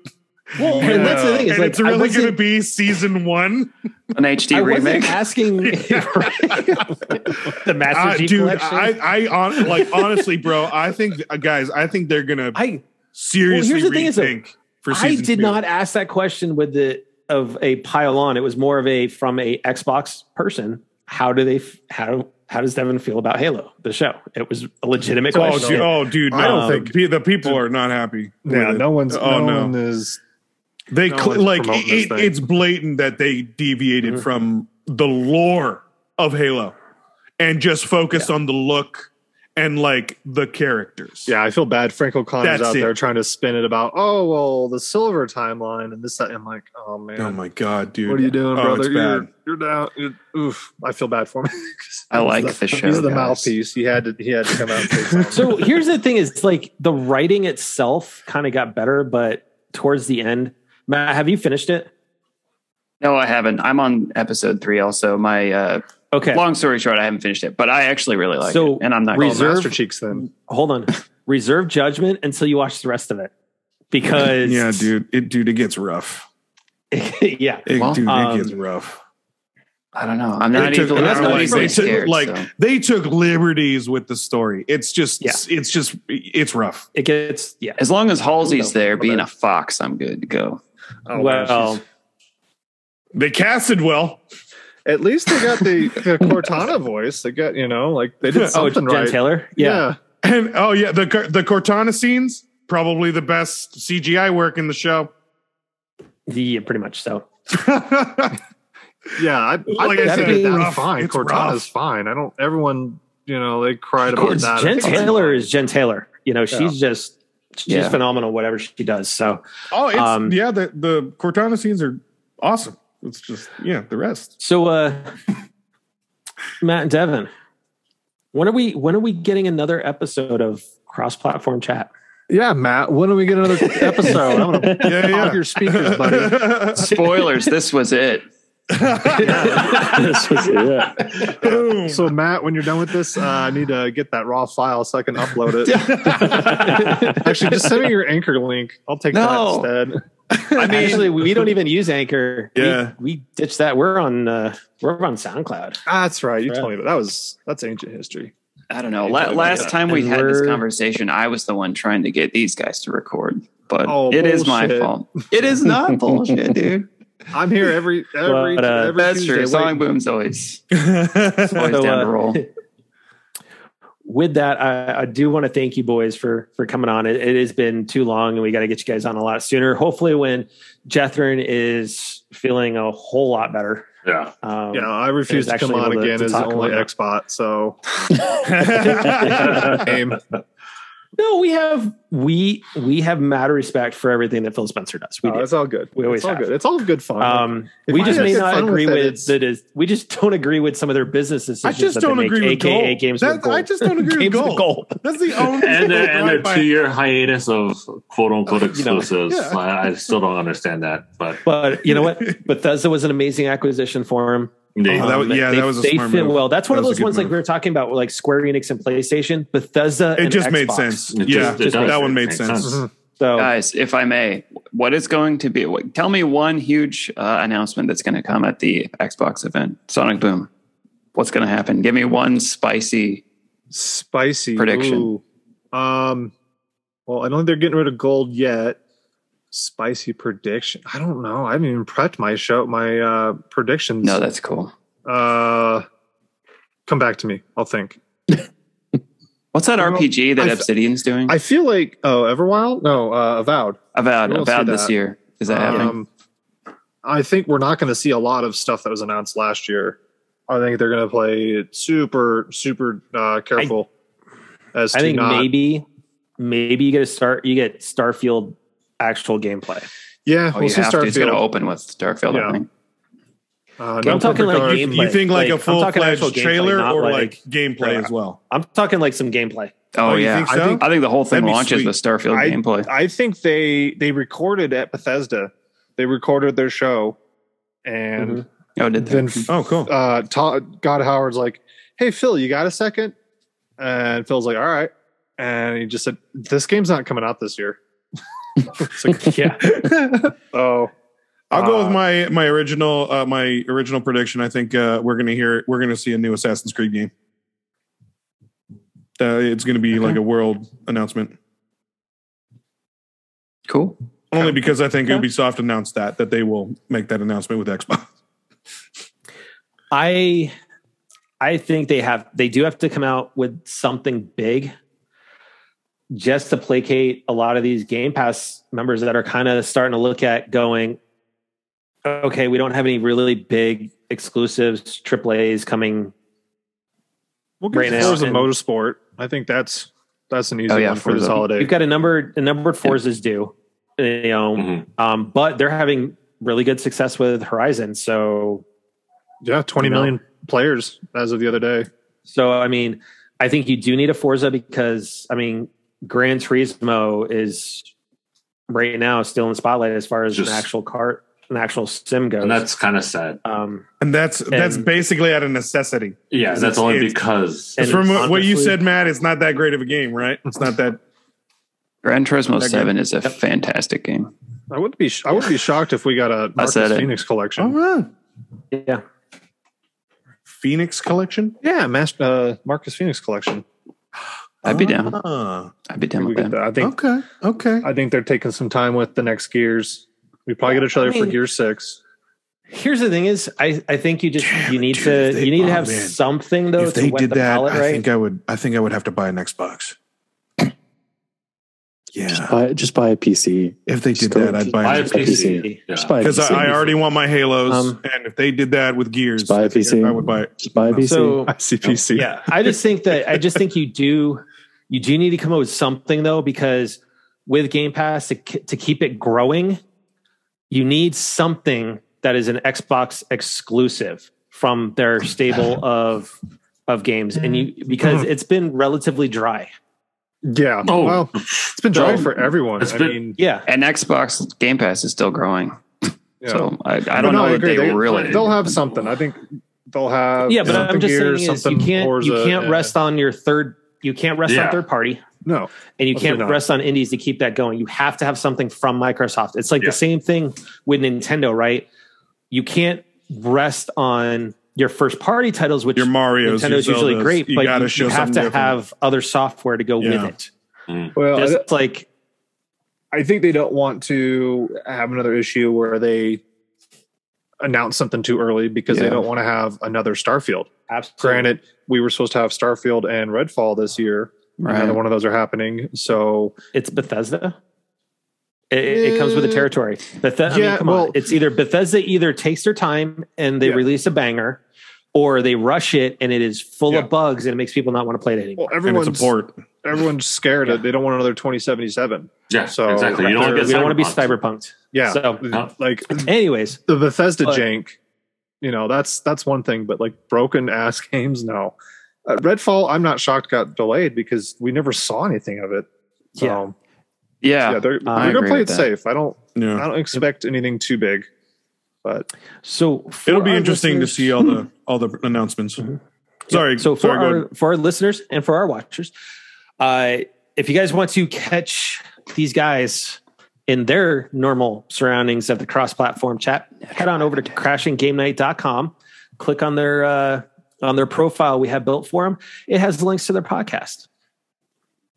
Well, Yeah. and that's the thing. Is and like, it's I really wasn't- going to be season one. An HD I remake? wasn't asking the Master Uh, G dude, collection. I, I on, like honestly, bro. I think uh, guys, I think they're going to I seriously Well, here's the thing is, though, rethink for I season did two. not ask that question with the of a pile on. It was more of a from a Xbox person. How do they? f- How how does Devin feel about Halo the show? It was a legitimate Oh, question. dude, oh, dude, no, I the don't think- pe- the people are not happy. with yeah, it. no one's, Oh, no, no. one is. They No cl- one's like promoting this it, thing. it's blatant that they deviated Mhm. from the lore of Halo and just focused on the look and like the characters. Yeah, I feel bad. Frank O'Connor's That's out it. there trying to spin it about, oh well, the silver timeline and this. That. I'm like, oh man, Oh my god, dude. what are you doing, Oh, brother? it's You're, bad. you're down. You're, oof, I feel bad for him. I like the, show. He's the guys. mouthpiece. He had to. He had to come out. And say something. so here's the thing: is like the writing itself kind of got better, but towards the end, Matt, have you finished it? No, I haven't. I'm on episode three also. My uh Okay, long story short, I haven't finished it, but I actually really like So, it. And I'm not reserve- Well, Master Cheeks. Then hold on. Reserve judgment until you watch the rest of it, because Yeah, dude. It dude, it gets rough. yeah, It, Well, dude, um, it gets rough. I don't know. I'm They not took- even and that's I'm what not I'm saying. even scared. like so. they took liberties with the story. It's just Yeah. it's just it's rough. it gets yeah. As long as Halsey's No, there my being bad. a fox, I'm good to go. oh, well, man, she's- They casted well. at least they got the, the Cortana voice. They got you know, like they did oh, something Jen right. Taylor, Yeah. And oh yeah, the Cor- the Cortana scenes probably the best CGI work in the show. yeah, yeah pretty much so. yeah, I, I Like like I think said, they it's did that rough. fine. It's Cortana's rough. fine. I don't. Everyone, you know, they cried Of about course, that. Jen It's fine. Taylor is Jen Taylor. You know, she's just she's Yeah. phenomenal, whatever she does. So oh, it's, Um, yeah, the the Cortana scenes are awesome. It's just yeah, the rest. so uh Matt and Devin, when are we when are we getting another episode of cross platform chat? Yeah, Matt. When do we get another episode? I'm gonna pop Yeah, yeah. your speakers, buddy. Spoilers, this was it. It's just- yeah. Boom. So Matt, when you're done with this, uh, I need to get that raw file so I can upload it. Actually, just send me your anchor link. I'll take No. that instead. I mean Actually, we don't even use Anchor. We- Yeah. we, ditched that. We're on uh we're on SoundCloud. Ah, that's right. You Right. told me that. That was that's ancient history. I don't know. Yeah, La- yeah. last time we And had this we're- conversation, I was the one trying to get these guys to record, but Oh, it is my bullshit. fault. It is not bullshit, dude. I'm here every every, But, uh, every That's Tuesday. true. Wait, Song Boom's always always So, down uh, to roll. With that, I, I do want to thank you boys for for coming on. It, it has been too long, and we got to get you guys on a lot sooner. Hopefully, when Jethrin is feeling a whole lot better. Yeah. Um, yeah, I refuse It's to come actually on able to- again to as the talk only about it. Xbot. So aim. No, we have we we have mad respect for everything that Phil Spencer does. We Oh, No, do. it's all good. We always it's all have. good. It's all good fun. Um, If we I just had may good not fun agree with it, with, it's- that is we just don't agree with some of their business I decisions. just that they don't make, agree with AKA gold. games That- with gold. I just don't agree with games gold. That's the only and their, thing and I their find- two year hiatus of quote unquote You know, exclusives. yeah. I, I still don't understand that, but But you know what? Bethesda was an amazing acquisition for him. they, Uh-huh. Oh, that was- yeah, Um, they, that was a they smart fit move. well. That's one That of was a those good ones like move. we were talking about, like Square Enix and PlayStation, Bethesda. it and just made Xbox. sense. It yeah, just- it does that one make made sense. sense. Oh. So Guys, if I may, what is going to be? What, tell me one huge uh, announcement that's going to come at the Xbox event, Sonic Boom. What's going to happen? Give me one spicy. spicy Prediction. Ooh. Um, well, I don't think they're getting rid of gold yet. Spicy prediction. I don't know. I haven't even prepped my show, my uh, predictions. No, that's cool. uh, come back to me. I'll think. What's that Well, RPG that I- Obsidian's doing? I feel like oh, Everwild. No, uh, Avowed. about we'll about see this that. year? Is that happening? Um, I think we're not going to see a lot of stuff that was announced last year. I think they're going to play it super, super uh, careful. as I to think not, maybe maybe you get a start. You get Starfield actual gameplay. yeah, Oh, we'll you see have to. It's going to Starfield. open with Starfield. Yeah. I think. Uh, I'm talking like Or gameplay. You think like, Like, a I'm full talking actual fledged gameplay, trailer not or like- like, gameplay as well? I'm talking like some gameplay. Oh, Oh, you yeah, think I so? think I think the whole thing That'd be launches sweet. with Starfield I- gameplay. I think they they recorded at Bethesda. They recorded their show, and Oh, did they? then Oh, cool. uh, Todd God Howard's like, "Hey Phil, you got a second? And Phil's like, "All right," and he just said, "This game's not coming out this year." It's like, Yeah. oh, I'll go uh, with my my original uh, my original prediction. I think uh, we're gonna hear we're gonna see a new Assassin's Creed game. Uh, it's gonna be like a world announcement. Cool. Only because I think Okay. Ubisoft announced that that they will make that announcement with Xbox. I I think they have they do have to come out with something big just to placate a lot of these Game Pass members that are kind of starting to look at going, okay, we don't have any really big exclusives, AAAs coming. we'll Right get now, Forza and- Motorsport. I think that's that's an easy Oh, yeah, one for this Forza. holiday. We've got a number a number of Forza's due, you know, Mhm. um, but they're having really good success with Horizon. So yeah, twenty you know. million players as of the other day. So I mean, I think you do need a Forza because I mean, Gran Turismo is right now still in the spotlight as far as Just- an actual cart, an actual sim goes. and that's kind of sad. um, And that's that's And- basically out of necessity. Yeah, It's- that's only it's- because and It's from it's what you honestly- said, Matt, it's not that great of a game, right? It's not that Gran Turismo Okay. Seven is a fantastic game. I wouldn't be sh- I wouldn't be shocked if we got a Marcus said it. Phoenix collection. yeah, Phoenix Oh. Collection. Yeah, Mas- uh, Marcus Phoenix collection. I'd be down. Ah, I'd be down We with get that. that. I think okay, okay. I think they're taking some time with the next gears. We probably get a trailer I mean- for Gear Six. here's the thing: is I, I think you just Damn, you need dude, to if they- you need to oh, have man. something though if to they wet did the that, palate, I right? think I would. I think I would have to buy an Xbox. Just Yeah, buy just buy a PC. if they just did go- that, I'd just buy buy an a Just buy a PC. PC. PC. Just Yeah. buy a because PC. I, I already want my Halos, Um, and if they did that with Gears, Just buy a PC. I would buy it. Just buy a PC. so Oh, ICPC. yeah i just think that i just think you do you do need to come up with something though because with game pass to, k- to keep it growing you need something that is an xbox exclusive from their stable of of games and you because it's been relatively dry Yeah. Oh. Well, it's been dry Oh. for everyone. It's I been- mean, yeah And Xbox Game Pass is still growing, yeah. so I, I But no, don't know that agree. they, really. They'll have something. I think they'll have. yeah but i'm Uh, something just Gears, saying is you something can't you Forza, can't yeah. rest on your third you can't rest Yeah. on third party No. and you Let's can't move on. rest on indies to keep that going. You have to have something from Microsoft. It's like Yeah. the same thing with Nintendo, right? You can't rest on your first party titles, which Your Mario's, your Nintendo's usually Zeldas, great, but gotta you, show you have to something different. have other software to go with Yeah. it. Well, I- Just like I think they don't want to have another issue where they announce something too early because they Yeah. don't want to have another Starfield. absolutely. Granted, we were supposed to have Starfield and Redfall this year. Neither right. one of those are happening. So it's Bethesda. It, it- it comes with the Eh, territory. Bethesda, I yeah, mean, come well- on. It's either Bethesda either takes their time and they Yeah. release a banger, or they rush it and it is full Yeah. of bugs and it makes people not want to play it anymore. well, And it's a everyone's port. everyone's scared Yeah. that they don't want another 2077. Yeah, So- exactly. You we don't don't get want to be cyberpunked. cyberpunked. Yeah. So, No. Like anyways, the Bethesda But- jank, you know, that's that's one thing, but like broken ass games, no. Uh, Redfall, I'm not shocked got delayed because we never saw anything of it. So, Yeah. Yeah. yeah, they're, I we're gonna agree play it with that. safe. I don't, Yeah, Uh, I don't expect anything too big, but so for it'll be our interesting to listeners- Mm-hmm. see all the all the announcements. Sorry, So for sorry, go our for our listeners and for our watchers, uh, if you guys want to catch these guys in their normal surroundings of the cross-platform chat, head on over to crashinggamenight.com, click on their uh, on their profile we have built for them. It has links to their podcast.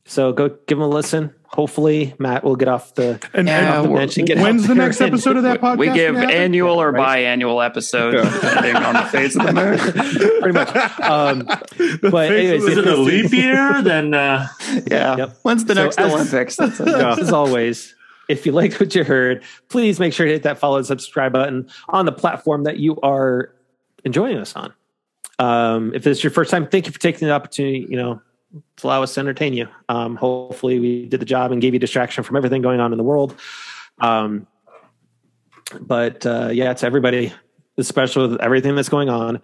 So go give them a listen. Hopefully, Matt will get off the and, Yeah, and we're- mention. get when's out the there next and- episode of that podcast? We give Matt? annual or Right. biannual episodes depending on the phase of the moon. pretty much. Um, but anyways, Is it a leap year? Then uh, Yeah. Yep. When's the So next as- Olympics? That's it. as always, if you liked what you heard, please make sure to hit that follow and subscribe button on the platform that you are enjoying us on. Um, if this is your first time, thank you for taking the opportunity, you know, to allow us to entertain you. Um, hopefully we did the job and gave you distraction from everything going on in the world. Um, but uh, yeah, to everybody, especially with everything that's going on,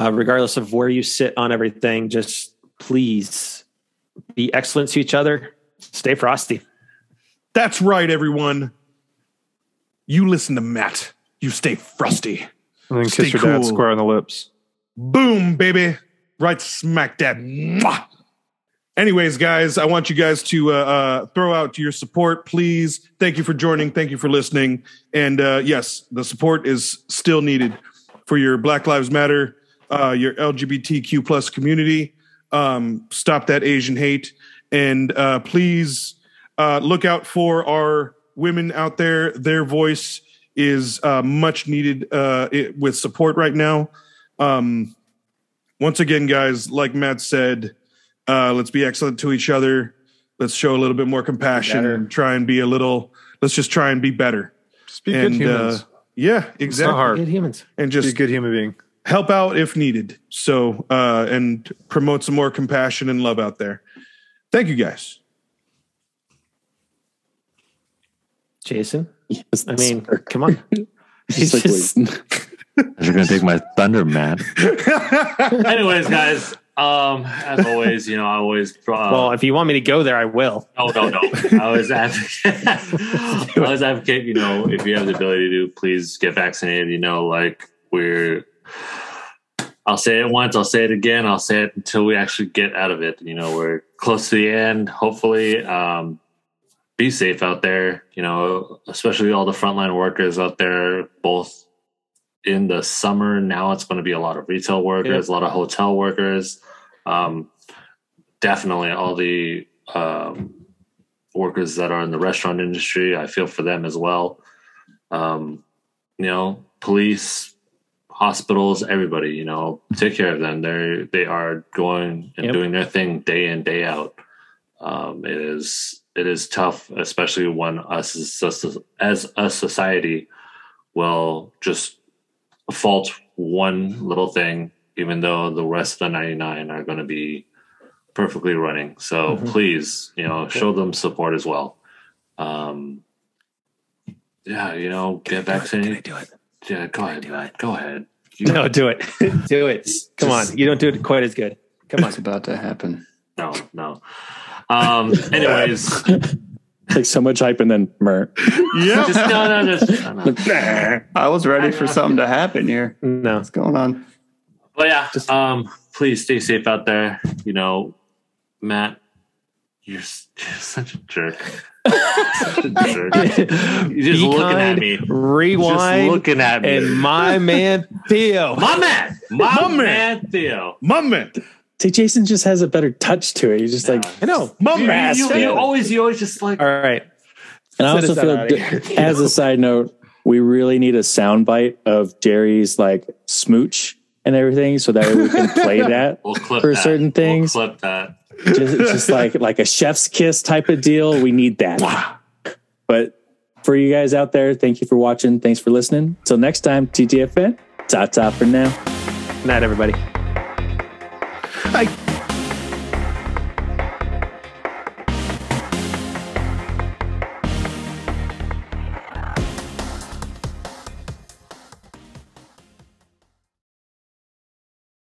uh, regardless of where you sit on everything, just please be excellent to each other. Stay frosty. That's right, everyone. You listen to Matt. You stay frosty. And then Stay kiss your dad cool. square on the lips. Boom, baby. Right smack dab. Mwah. Anyways, guys, I want you guys to uh, uh, throw out your support, please. Thank you for joining. Thank you for listening. And uh, yes, the support is still needed for your Black Lives Matter, uh, your LGBTQ plus community. Um, stop that Asian hate, and uh, please uh, look out for our women out there. Their voice is uh, much needed uh, it, with support right now. Um, once again, guys, like Matt said, uh, let's be excellent to each other. Let's show a little bit more compassion. Better. And try and be a little. Let's just try and be better. Just be and good humans. Uh, yeah, it's not exactly. hard. humans. And Just be a just good human being. help out if needed. So uh, and promote some more compassion and love out there. Thank you, guys. Jason, Yes, I mean, sir. come on. Just like, Just- wait. You're gonna take my thunder, Matt. Anyways, guys, um, as always, you know, I always uh, draw. well, if you want me to go there, I will. No, no, no. I was advocate. I was advocate. You know, if you have the ability to, please get vaccinated. You know, like we're. I'll say it once. I'll say it again. I'll say it until we actually get out of it. You know, we're close to the end. Hopefully, um, be safe out there. You know, especially all the frontline workers out there, both in the summer. Now it's going to be a lot of retail workers, a lot of hotel workers. Um, definitely all the um, workers that are in the restaurant industry. I feel for them as well. Um, you know, police, hospitals, everybody. You know, take care of them. They they are going and Yep. doing their thing day in day out. Um, it is it is tough, especially when us as, as a society will just fault one little thing, even though the rest of the ninety nine are going to be perfectly running. So Mhm. please, you know, show them support as well. Um, yeah, you know, get vaccinated. do it? Yeah, go ahead, man. Go ahead. You- No, do it. do it. Come on. You don't do it quite as good. Come on. It's about to happen. no, no. Um, anyways, Like, so much hype and then mer. just no, no, just no, no. I was ready for something to happen here. Mm. No. What's going on? But yeah, um, please stay safe out there. You know, Matt, you're, s- you're such a jerk. such a jerk. You're just Be looking at kind, me. Rewind. Just looking at me. and my man Theo. my man, my, My man. man, Theo. Moment, See, Jason just has a better touch to it. He's just like, Yeah. I know. moment. You, you always, you always just like All right. and I Send also us that feel, outta d- as a side note, we really need a soundbite of Jerry's like smooch and everything, so that way we can play that. we'll clip For that. certain things. We'll clip that. just, just like like a chef's kiss type of deal. We need that. But for you guys out there, thank you for watching. Thanks for listening. Till next time, TTFN. Ta ta for now. Night, everybody. I